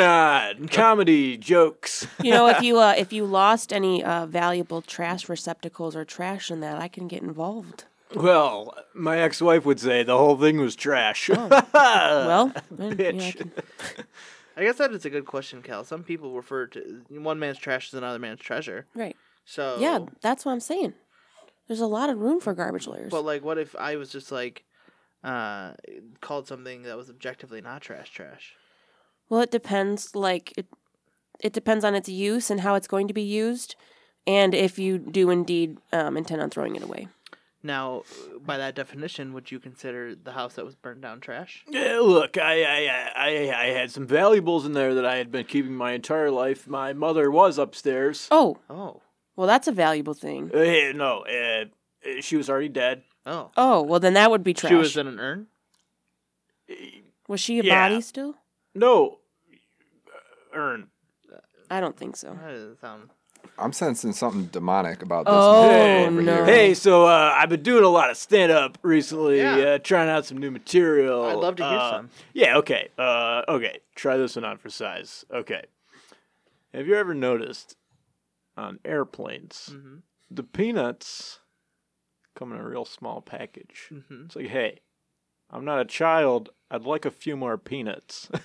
on. Comedy jokes. You know, if you uh, if you lost any uh, valuable trash receptacles or trash in that, I can get involved. Well, my ex-wife would say the whole thing was trash. well, then, you know, I bitch. can- I guess that is a good question, Cal. Some people refer to one man's trash as another man's treasure. right? So Yeah, that's what I'm saying. There's a lot of room for garbage layers. but like, what if I was just like uh called something that was objectively not trash trash? Well, it depends. Like it, it depends on its use and how it's going to be used, and if you do indeed um, intend on throwing it away. Now, by that definition, would you consider the house that was burned down trash? Yeah, look, I, I, I- I, I had some valuables in there that I had been keeping my entire life. My mother was upstairs. Oh, Oh, well, that's a valuable thing. Uh, yeah, no, uh, uh, she was already dead. oh, Oh, well, then that would be trash. she was in an urn. Was she a Yeah. body still? No, uh, urn. I don't think so. That doesn't sound. I'm sensing something demonic about this. Oh over no! here. Hey, so uh, I've been doing a lot of stand up recently, Yeah. uh, trying out some new material. I'd love to hear Uh, some. Yeah, okay. Uh, okay, try this one on for size. Okay. Have you ever noticed on airplanes, Mm-hmm. the peanuts come in a real small package? Mm-hmm. It's like, hey, I'm not a child. I'd like a few more peanuts.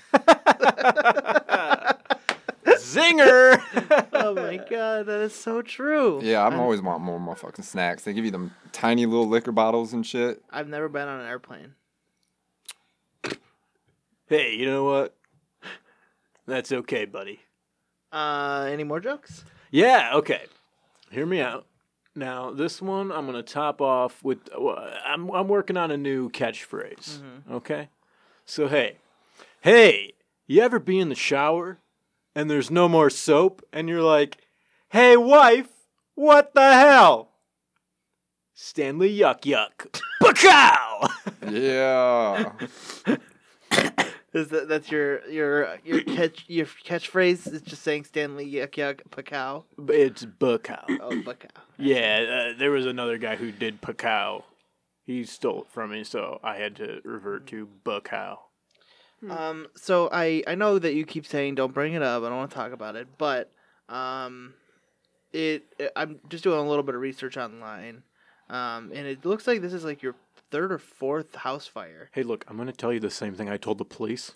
Zinger! Oh my god, that is so true. Yeah, I'm always want more motherfucking snacks. They give you them tiny little liquor bottles and shit. I've never been on an airplane. hey, you know what? That's okay, buddy. Uh, any more jokes? Yeah, okay. Hear me out. Now, this one I'm going to top off with uh, I'm I'm working on a new catchphrase. Okay? So hey. Hey, you ever be in the shower and there's no more soap and you're like, "Hey wife, what the hell?" Stanley yuck yuck. Bacow! Yeah. Is that that's your your your catch your catchphrase? Is just saying Stanley yuck yuck pacow. it's bacow. Oh pacow. Yeah, uh, there was another guy who did Pacow. He stole it from me, so I had to revert to Bacow. Um, so I I know that you keep saying don't bring it up. I don't want to talk about it, but um, it I'm just doing a little bit of research online, um, and it looks like this is like your third or fourth house fire. Hey, look, I'm going to tell you the same thing I told the police.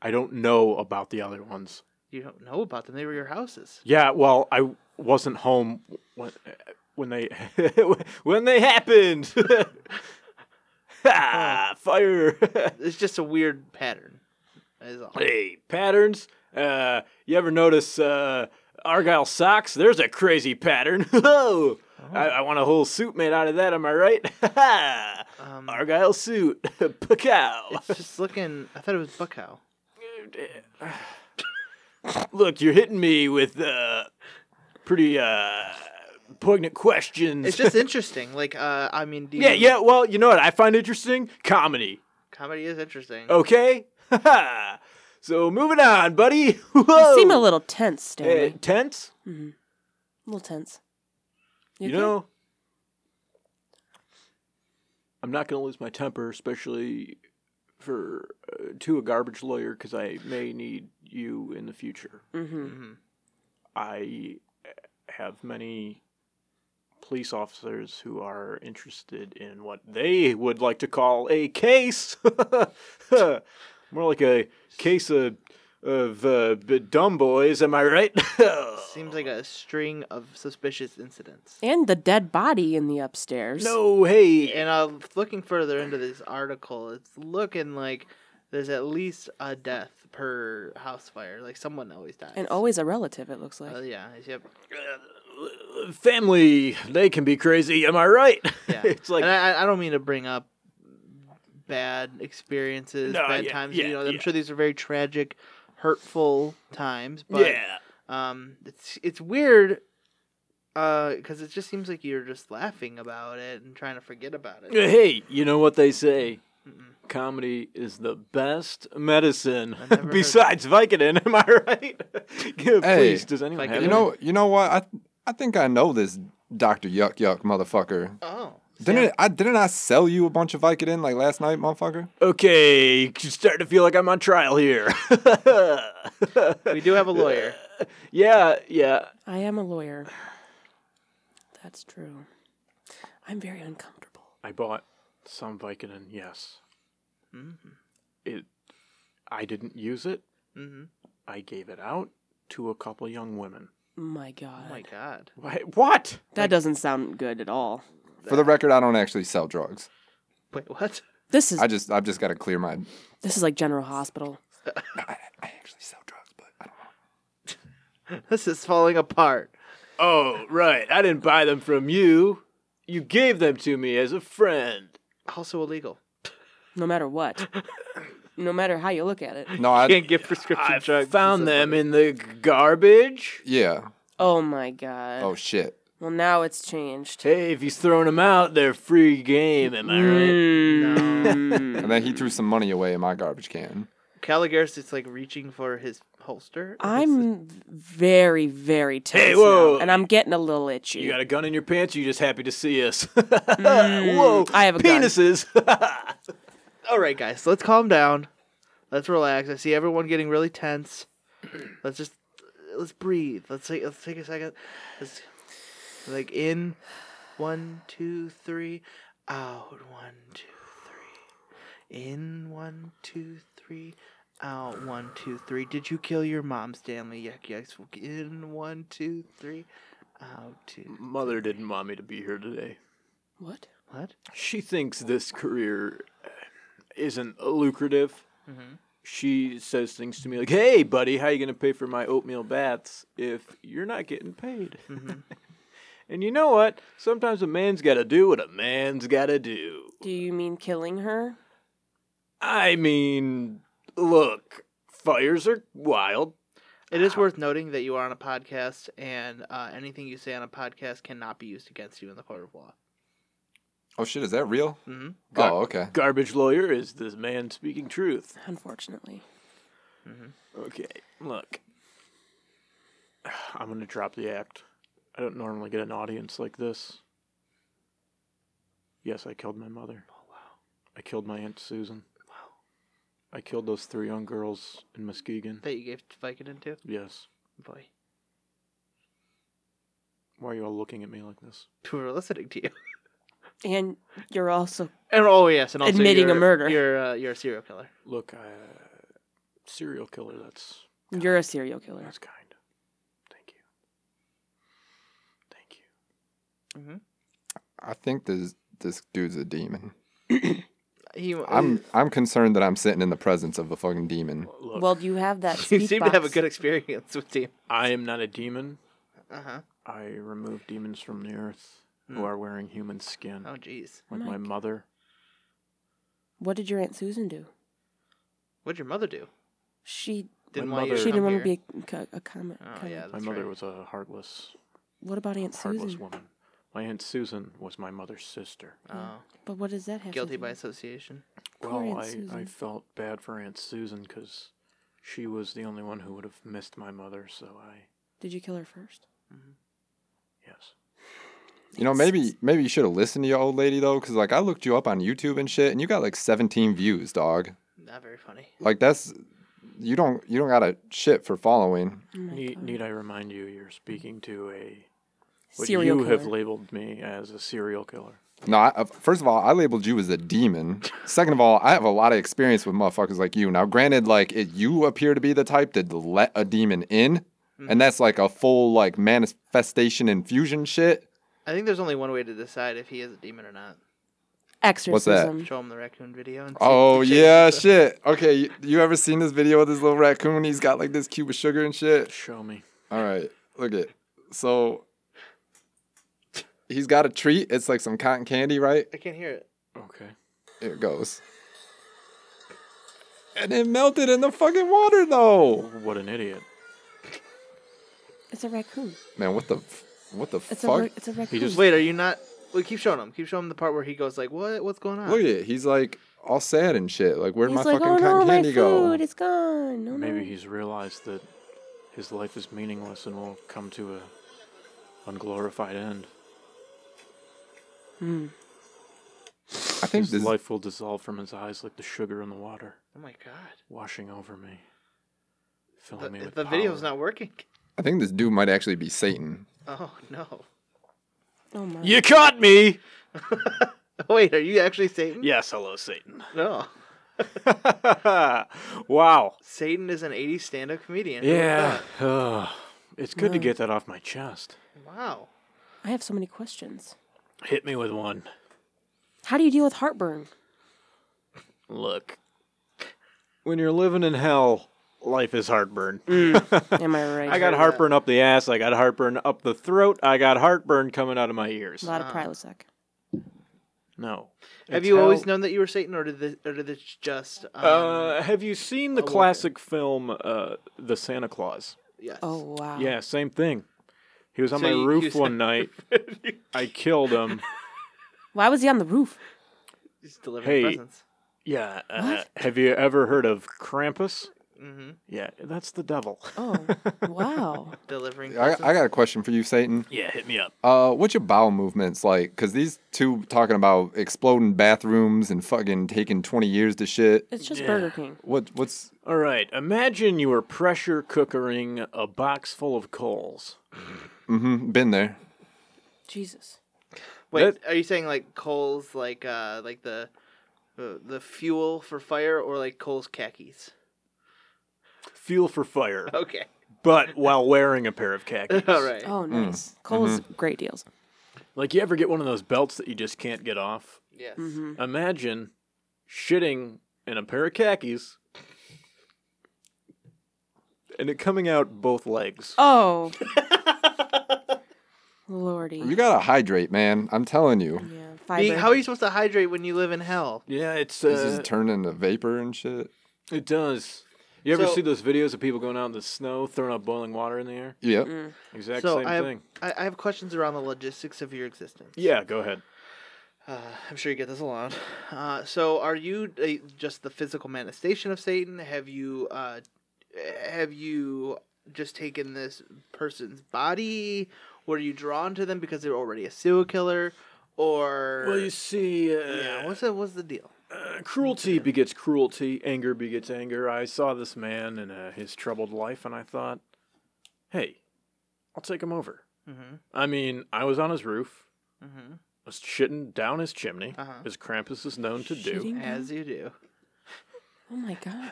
I don't know about the other ones. You don't know about them. They were your houses. Yeah, well, I wasn't home when when they when they happened. ha, fire. It's just a weird pattern. Is all. hey, patterns. Uh, you ever notice uh, argyle socks? There's a crazy pattern. oh. I, I want a whole suit made out of that. Am I right? Um, argyle suit. Pacow. it's just looking. I thought it was buckhow. Look, you're hitting me with uh, pretty uh, poignant questions. It's just interesting. Like, uh, I mean, do you, yeah, yeah. Well, you know what I find interesting? Comedy. Comedy is interesting. Oh. Okay. so moving on, buddy. Whoa. You seem a little tense, Stanley. Oh! Hey, tense. A little tense. You, okay? know, I'm not gonna lose my temper, especially for uh, to a garbage lawyer, because I may need you in Mm-hmm. Mm-hmm. the future. Mhm. I have many police officers who are interested in what they would like to call a case. More like a case of, of uh, b- dumb boys, am I right? Seems like a string of suspicious incidents. And the dead body in the upstairs. no, hey. And uh, looking further into this article, it's looking like there's at least a death per house fire. Like someone always dies. And always a relative, it looks like. Uh, yeah. Yep. family, they can be crazy, am I right? Yeah. it's like, and I, I don't mean to bring up bad experiences, No, bad yeah, times. yeah, you know, I'm yeah. sure these are very tragic, hurtful times. But yeah. um, it's it's weird. Because it just seems like you're just laughing about it and trying to forget about it. Hey, you know what they say? Mm-mm. Comedy is the best medicine I never heard besides Vicodin. Am I right? Please, does anyone Vicodin. have You know, you know what? I I think I know this Doctor Yuck Yuck motherfucker. Oh, Didn't I didn't I sell you a bunch of Vicodin like last night, motherfucker? Okay, you start to feel like I'm on trial here. we do have a lawyer. yeah, yeah. I am a lawyer. That's true. I'm very uncomfortable. I bought some Vicodin. Yes, it. I didn't use it. Mm-hmm. I gave it out to a couple young women. My God. Oh my god. Why? What? that doesn't sound good at all. For the record, I don't actually sell drugs. Wait, what? This is I just I've just got to clear my. this is like General Hospital. I, I actually sell drugs, but I don't. This is falling apart. Oh, right. I didn't buy them from you. You gave them to me as a friend. Also illegal. No matter what. no matter how you look at it. No, I Can't get prescription I drugs. found them in the g- garbage. yeah. Oh my God. Oh shit. Well, now it's changed. Hey, if he's throwing them out, they're free game. Am I right? Hmm. And then he threw some money away in my garbage can. Caligaris is like reaching for his holster. I'm very, very tense Hey, now, whoa. and I'm getting a little itchy. You got a gun in your pants? Or you just happy to see us? Whoa! I have a gun. penises. All right, guys. Let's calm down. Let's relax. I see everyone getting really tense. Let's just let's breathe. Let's take let's take a second. Let's, like in, one two three, out one two three, in one two three, out one two three. Did you kill your mom, Stanley? Yuck yucks. In one two three, out two. Mother didn't want me to be here today. what? What? She thinks this career uh, isn't lucrative. She says things to me like, "Hey, buddy, how you gonna pay for my oatmeal baths if you're not getting paid?" and you know what? Sometimes a man's got to do what a man's got to do. Do you mean killing her? I mean, look, fires are wild. It is worth noting that you are on a podcast, and uh, anything you say on a podcast cannot be used against you in the court of law. Oh shit, is that real? hmm Mm-hmm. Oh okay. Garbage lawyer is this man speaking truth. Unfortunately. Mm-hmm. Okay, look. I'm gonna drop the act. I don't normally get an audience like this. Yes, I killed my mother. Oh wow. I killed my aunt Susan. Wow. I killed those three young girls in Muskegon. That you gave Vicodin to? Yes. Boy, Why are you all looking at me like this? who are listening to you? And you're also And oh yes, and also Admitting a you're- murder. You're uh, you're a serial killer. Look, I serial killer. That's you're a serial killer. that's kind. Thank you. Thank you. I think this this dude's a demon. He, I'm I'm concerned that I'm sitting in the presence of a fucking demon. Look, Well, you have that you speak seem to box. have a good experience with him. I am not a demon. Uh Uh-huh. huh. I remove demons from the earth who Mm. are wearing human skin, Oh jeez. like Hmm. my my God. mother. What did your aunt Susan do? What'd your mother do? She Didn't My want you mother- she to didn't come want to here. be a, co- a comment. Oh, comment. yeah. My That's mother right. was a heartless, What about Aunt heartless Susan? woman. My aunt Susan was my mother's sister. Oh, But what does that have? guilty to do? by association. Poor well, Aunt I, I Susan. felt bad for Aunt Susan because she was the only one who would have missed my mother. So I, Did you kill her first? yes, You know, maybe maybe you should have listened to your old lady though, because like I looked you up on YouTube and shit, and you got like 17 views, dog. Not very funny. Like that's you don't you don't got a shit for following. Oh my need, God. need I remind you, you're speaking to a But serial you killer. have labeled me as a serial killer. No, I, uh, first of all, I labeled you as a demon. Second of all, I have a lot of experience with motherfuckers like you. Now, granted, like it, you appear to be the type to let a demon in, and that's like a full like manifestation infusion shit. I think there's only one way to decide if he is a demon or not. Mm-hmm. Exorcism. What's that? Show him the raccoon video. And see if Oh the chick- yeah, shit. Okay, you, you ever seen this video of this little raccoon? He's got like this cube of sugar and shit. Show me. All right, look it. So he's got a treat. It's like some cotton candy, right? I can't hear it. Okay. Here it goes. And it melted in the fucking water, though. What an idiot. It's a raccoon. Man, what the, f- what the It's a fuck? ra- it's a raccoon. just- Wait, are you not? Wait, keep showing him. Keep showing him the part where he goes like, "What? What's going on?" Oh, Look at it. He's like all sad and shit. Like, where'd He's my like, fucking oh cotton no, candy my go? food, it's gone. No, Maybe no. he's realized that his life is meaningless and will come to a unglorified end. I think His this. life will dissolve from his eyes like the sugar in the water, Oh my god. washing over me, filling The, me with the video's power. not working. I think this dude might actually be Satan. Oh no. Oh my. You caught me. Wait, are you actually Satan? Yes, hello, Satan. No. wow. Satan is an 80s stand-up comedian. Who would've Yeah. Ugh. it's good to get that off my chest. thought? Wow. I have so many questions. Hit me with one. How do you deal with heartburn? Look. When you're living in hell, life is heartburn. Mm. Am I right? I got heartburn up the ass. I got heartburn up the throat. I got heartburn coming out of my ears. a lot of Uh, Prilosec. No. Have It's you always hell- known that you were Satan, or did this, or did this just? Um, Uh, have you seen Oh, the classic film, uh, The Santa Claus? yes. Oh wow. Yeah, same thing. He was on So my you- roof you said- one night. I killed him. Why was he on the roof? He's delivering Hey. presents. Yeah. Uh, have you ever heard of Krampus? hmm Yeah, that's the devil. Oh wow. Delivering. I, presents. I got a question for you, Satan. Yeah, hit me up. Uh, what's your bowel movements like? Because these two talking about exploding bathrooms and fucking taking 20 years to shit. It's just Yeah. Burger King. What what's All right. Imagine you were pressure cookering a box full of coals. mm-hmm, been there? Jesus. Wait, are you saying like coals, like uh, like the uh, the fuel for fire, or like coals khakis? Fuel for fire, Okay. but while wearing a pair of khakis. All right. Oh Mm. nice. Cole's Mm-hmm. great deals. Like you ever get one of those belts that you just can't get off? Yes. Mm-hmm. Imagine shitting in a pair of khakis and it coming out both legs. Oh. You Lordy. gotta hydrate, man. I'm telling you. Yeah. Be- Fiber. how are you supposed to hydrate when you live in hell? Yeah, it's This is uh, turned into vapor and shit. it does. You ever So- see those videos of people going out in the snow, throwing up boiling water in the air? Yep. Exact so same I have, thing. I, I have questions around the logistics of your existence. Yeah, go ahead. Uh, I'm sure you get this a lot. Uh, so, are you uh, just the physical manifestation of Satan? Have you, uh, have you just taken this person's body? Were you drawn to them because they were already a serial killer, or Well, you see, yeah? What's the what's the deal? Uh, cruelty begets cruelty, anger begets anger. I saw this man in uh, his troubled life and I thought, hey, I'll take him over. Mhm. I mean, I was on his roof, Mhm. was shitting down his chimney, Uh-huh. as Krampus is known to do. Shitting? As you do. Oh my god.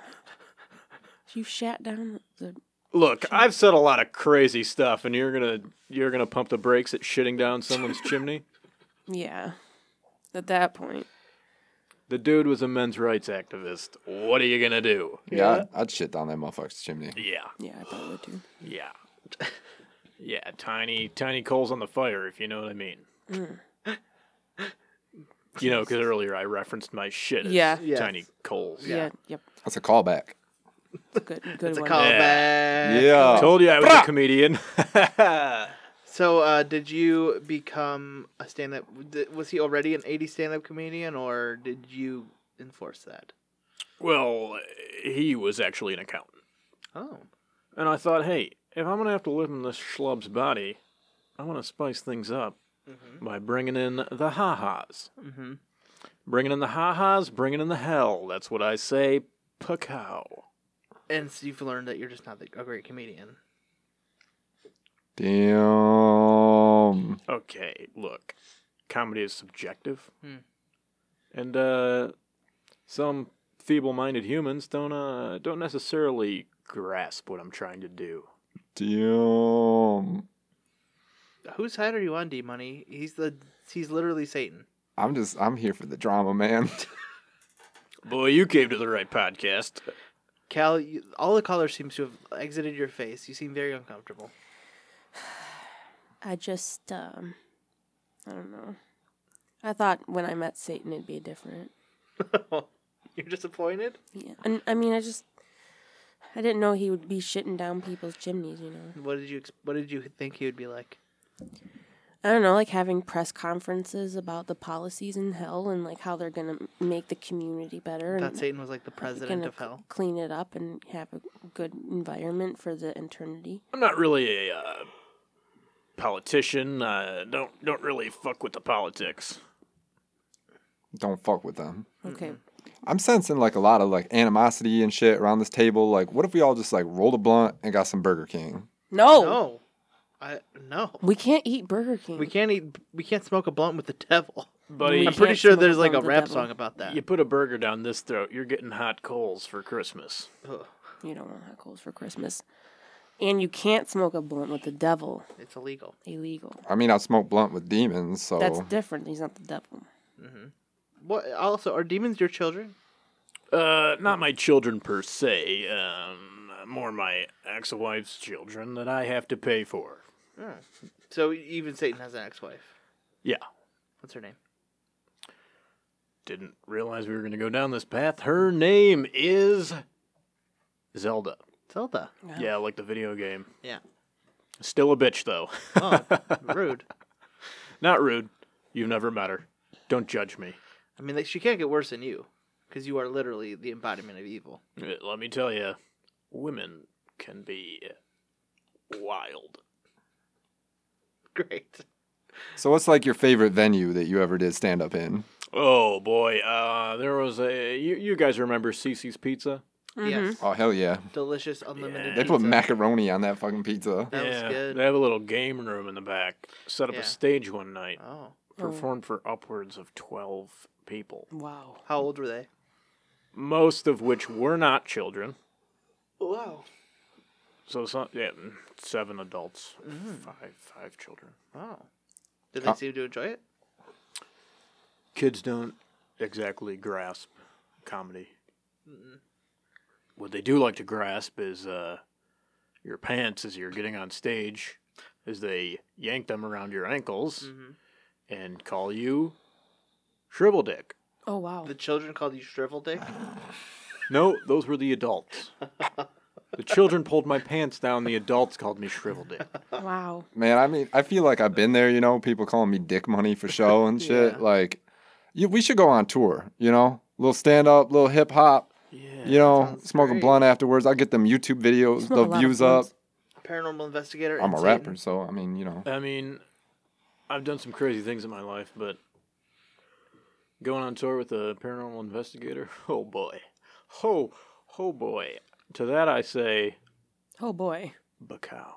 You shat down the Look, I've said a lot of crazy stuff and you're going to you're going to pump the brakes at shitting down someone's chimney? Yeah. At that point. The dude was a men's rights activist. What are you going to do? Yeah, I'd, I'd shit down that motherfucker's chimney. Yeah. Yeah, I thought it would too. Yeah. yeah, tiny, tiny coals on the fire, if you know what I mean. you know, because earlier I referenced my shit as Yeah. Yes. tiny coals. Yeah. yep. That's a callback. It's a good good It's a one. callback. Yeah. Told you I was a comedian. So, uh, did you become a stand-up? d- Was he already an '80s stand-up comedian, or did you enforce that? well, he was actually an accountant. Oh, And I thought, hey, if I'm going to have to live in this schlub's body, I want to spice things up by bringing in the ha-has. Mhm. Bringing in the ha-has, bringing in the hell. That's what I say. Pacow. and so you've learned that you're just not the- a great comedian. Damn. Damn. Okay, look, comedy is subjective, and uh, some feeble-minded humans don't uh, don't necessarily grasp what I'm trying to do. Damn. Whose side are you on, D Money? He's the he's literally Satan. I'm just I'm here for the drama, man. Boy, you came to the right podcast. Cal, you, all the color seems to have exited your face. You seem very uncomfortable. I just, um, I don't know. I thought when I met Satan it'd be different. You're disappointed. Yeah. And I mean, I just, I didn't know he would be shitting down people's chimneys, you know? What did you ex- What did you think he would be like? I don't know, like having press conferences about the policies in hell and like how they're gonna make the community better Thought and Satan was like the president gonna of hell. clean it up and have a good environment for the eternity. I'm not really a uh, politician. Uh, don't don't really fuck with the politics. Don't fuck with them. Okay. I'm sensing like a lot of like animosity and shit around this table. Like, what if we all just like rolled a blunt and got some Burger King? No! No, I no. We can't eat Burger King. We can't eat. We can't smoke a blunt with the devil. Buddy, We I'm pretty can't sure smoke a there's like a blunt with the rap devil. song about that. you put a burger down this throat, you're getting hot coals for Christmas. Ugh, You don't want hot coals for Christmas. And you can't smoke a blunt with the devil. it's illegal. Illegal. I mean, I smoke blunt with demons, so Oh. That's different. He's not the devil. What? Also, are demons your children? Uh, not my children per se. Um, more my ex-wife's children that I have to pay for. So e-, even Satan has an ex-wife. Yeah, What's her name? didn't realize we were gonna go down this path. Her name is Zelda. Zelda. Yeah, like the video game. Yeah. Still a bitch though. Oh, rude. not rude. You've never met her. Don't judge me. I mean, like, she can't get worse than you, because you are literally the embodiment of evil. Uh, Let me tell you, women can be wild. Great. so what's like your favorite venue that you ever did stand up in? Oh boy, uh, there was a you, you guys remember Cece's Pizza? Mm-hmm. Yes. Oh hell yeah. Delicious, unlimited. They put pizza. macaroni on that fucking pizza. That yeah, was good. they have a little game room in the back. Set up Yeah. a stage one night, Oh, performed for upwards of twelve people, Mm-hmm. Wow. how old were they? most of which were not children. Wow. So some, yeah, mm, seven adults, Mm. five five children. Wow. Oh. Did they seem to enjoy it? Kids don't exactly grasp comedy. What they do like to grasp is uh, your pants as you're getting on stage, as they yank them around your ankles Mm-hmm. and call you shrivel dick. Oh wow. The children called you shrivel dick. No, those were the adults. The children pulled my pants down. The adults called me shrivel dick. Wow. Man, I mean, I feel like I've been there, you know, people calling me dick money for show and shit. Yeah. Like, you, we should go on tour, you know? Little stand up, little hip hop, Yeah. you know, sounds smoke a great. blunts afterwards. I'll get them YouTube videos, Smoke a the lot of views up. blunts. Paranormal investigator. I'm and a Satan. rapper, so I mean, you know. I mean, I've done some crazy things in my life, but going on tour with a paranormal investigator, oh boy. Oh, oh boy. To that I say, Oh boy. Bacow.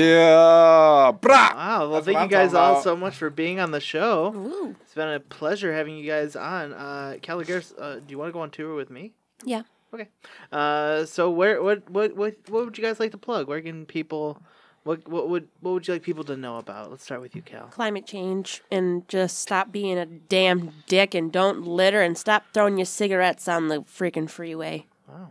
Yeah, brah. Wow. Well, That's thank what you I'm guys talking all about. so much for being on the show. Ooh. It's been a pleasure having you guys on. Uh, Caligaris, uh, do you want to go on tour with me? Yeah. Okay. Uh, so where what what what what would you guys like to plug? Where can people what what would what would you like people to know about? Let's start with you, Cal. Climate change and just stop being a damn dick and don't litter and stop throwing your cigarettes on the freaking freeway. Wow.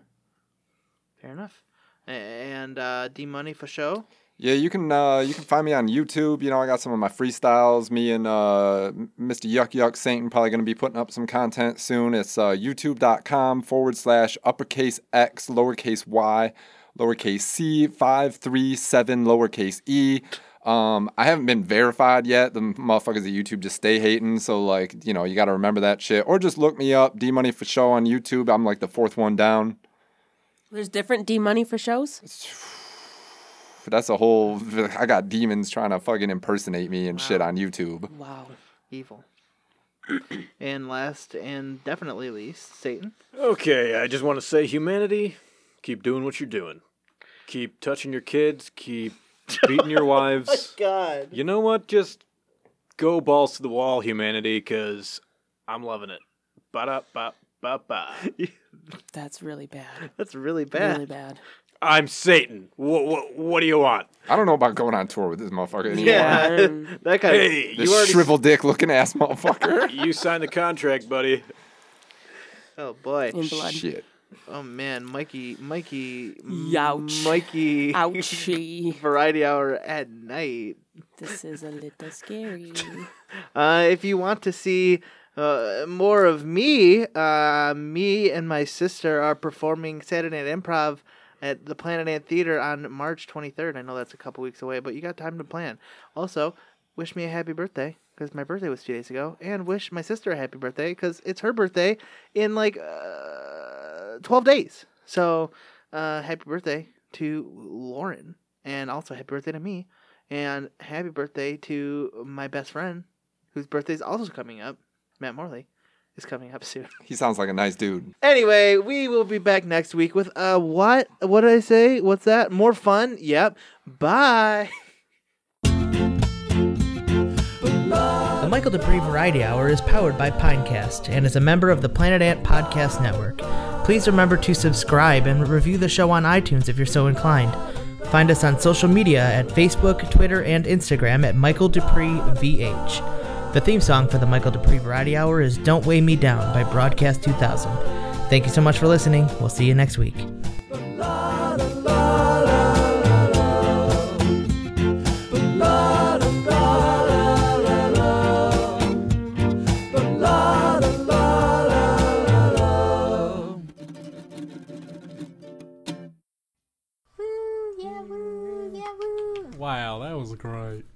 Fair enough. A- And uh, D Money for show. Yeah, you can uh, you can find me on YouTube. You know, I got some of my freestyles. Me and uh, M- Mr. Yuck Yuck Satan probably going to be putting up some content soon. It's uh, youtube.com forward slash uppercase X lowercase Y lowercase C five three seven lowercase E. Um, I haven't been verified yet. The motherfuckers at YouTube just stay hating. So like, you know, you got to remember that shit. Or just look me up, D Money for Show on YouTube. I'm like the fourth one down. There's different D money for shows. That's a whole. I got demons trying to fucking impersonate me and shit on YouTube. Wow. Evil. and last and definitely least, Satan. Okay, I just want to say, humanity, keep doing what you're doing. Keep touching your kids, keep beating your wives. God. You know what? Just go balls to the wall, humanity, because I'm loving it. Ba da ba ba ba. That's really bad. That's really bad. Really bad. I'm Satan. What, what, what do you want? I don't know about going on tour with this motherfucker anymore. Yeah. Um, that kind of. Hey, This you already shriveled dick looking ass motherfucker. you signed the contract, buddy. Oh boy. In blood. Shit. Oh man, Mikey, Mikey, Youch. Mikey. Ouchie. Variety hour at night. this is a little scary. Uh, if you want to see uh, more of me, uh, me and my sister are performing Saturday Night Improv at the Planet Ant Theater on March 23rd. I know that's a couple weeks away, but you got time to plan. Also, wish me a happy birthday because my birthday was two days ago, and wish my sister a happy birthday because it's her birthday in like uh, 12 days. So, uh, happy birthday to Lauren, and also happy birthday to me, and happy birthday to my best friend whose birthday's also coming up. Matt Morley is coming up soon. He sounds like a nice dude. Anyway, we will be back next week with uh what what did I say? What's that? More fun? Yep. Bye. The Michael Dupree Variety Hour is powered by Pinecast and is a member of the Planet Ant Podcast Network. Please remember to subscribe and review the show on iTunes if you're so inclined. Find us on social media at Facebook, Twitter, and Instagram at Michael Dupree VH. The theme song for the Michael Dupree Variety Hour is Don't Weigh Me Down by Broadcast 2000. Thank you so much for listening. We'll see you next week. Wow, that was great.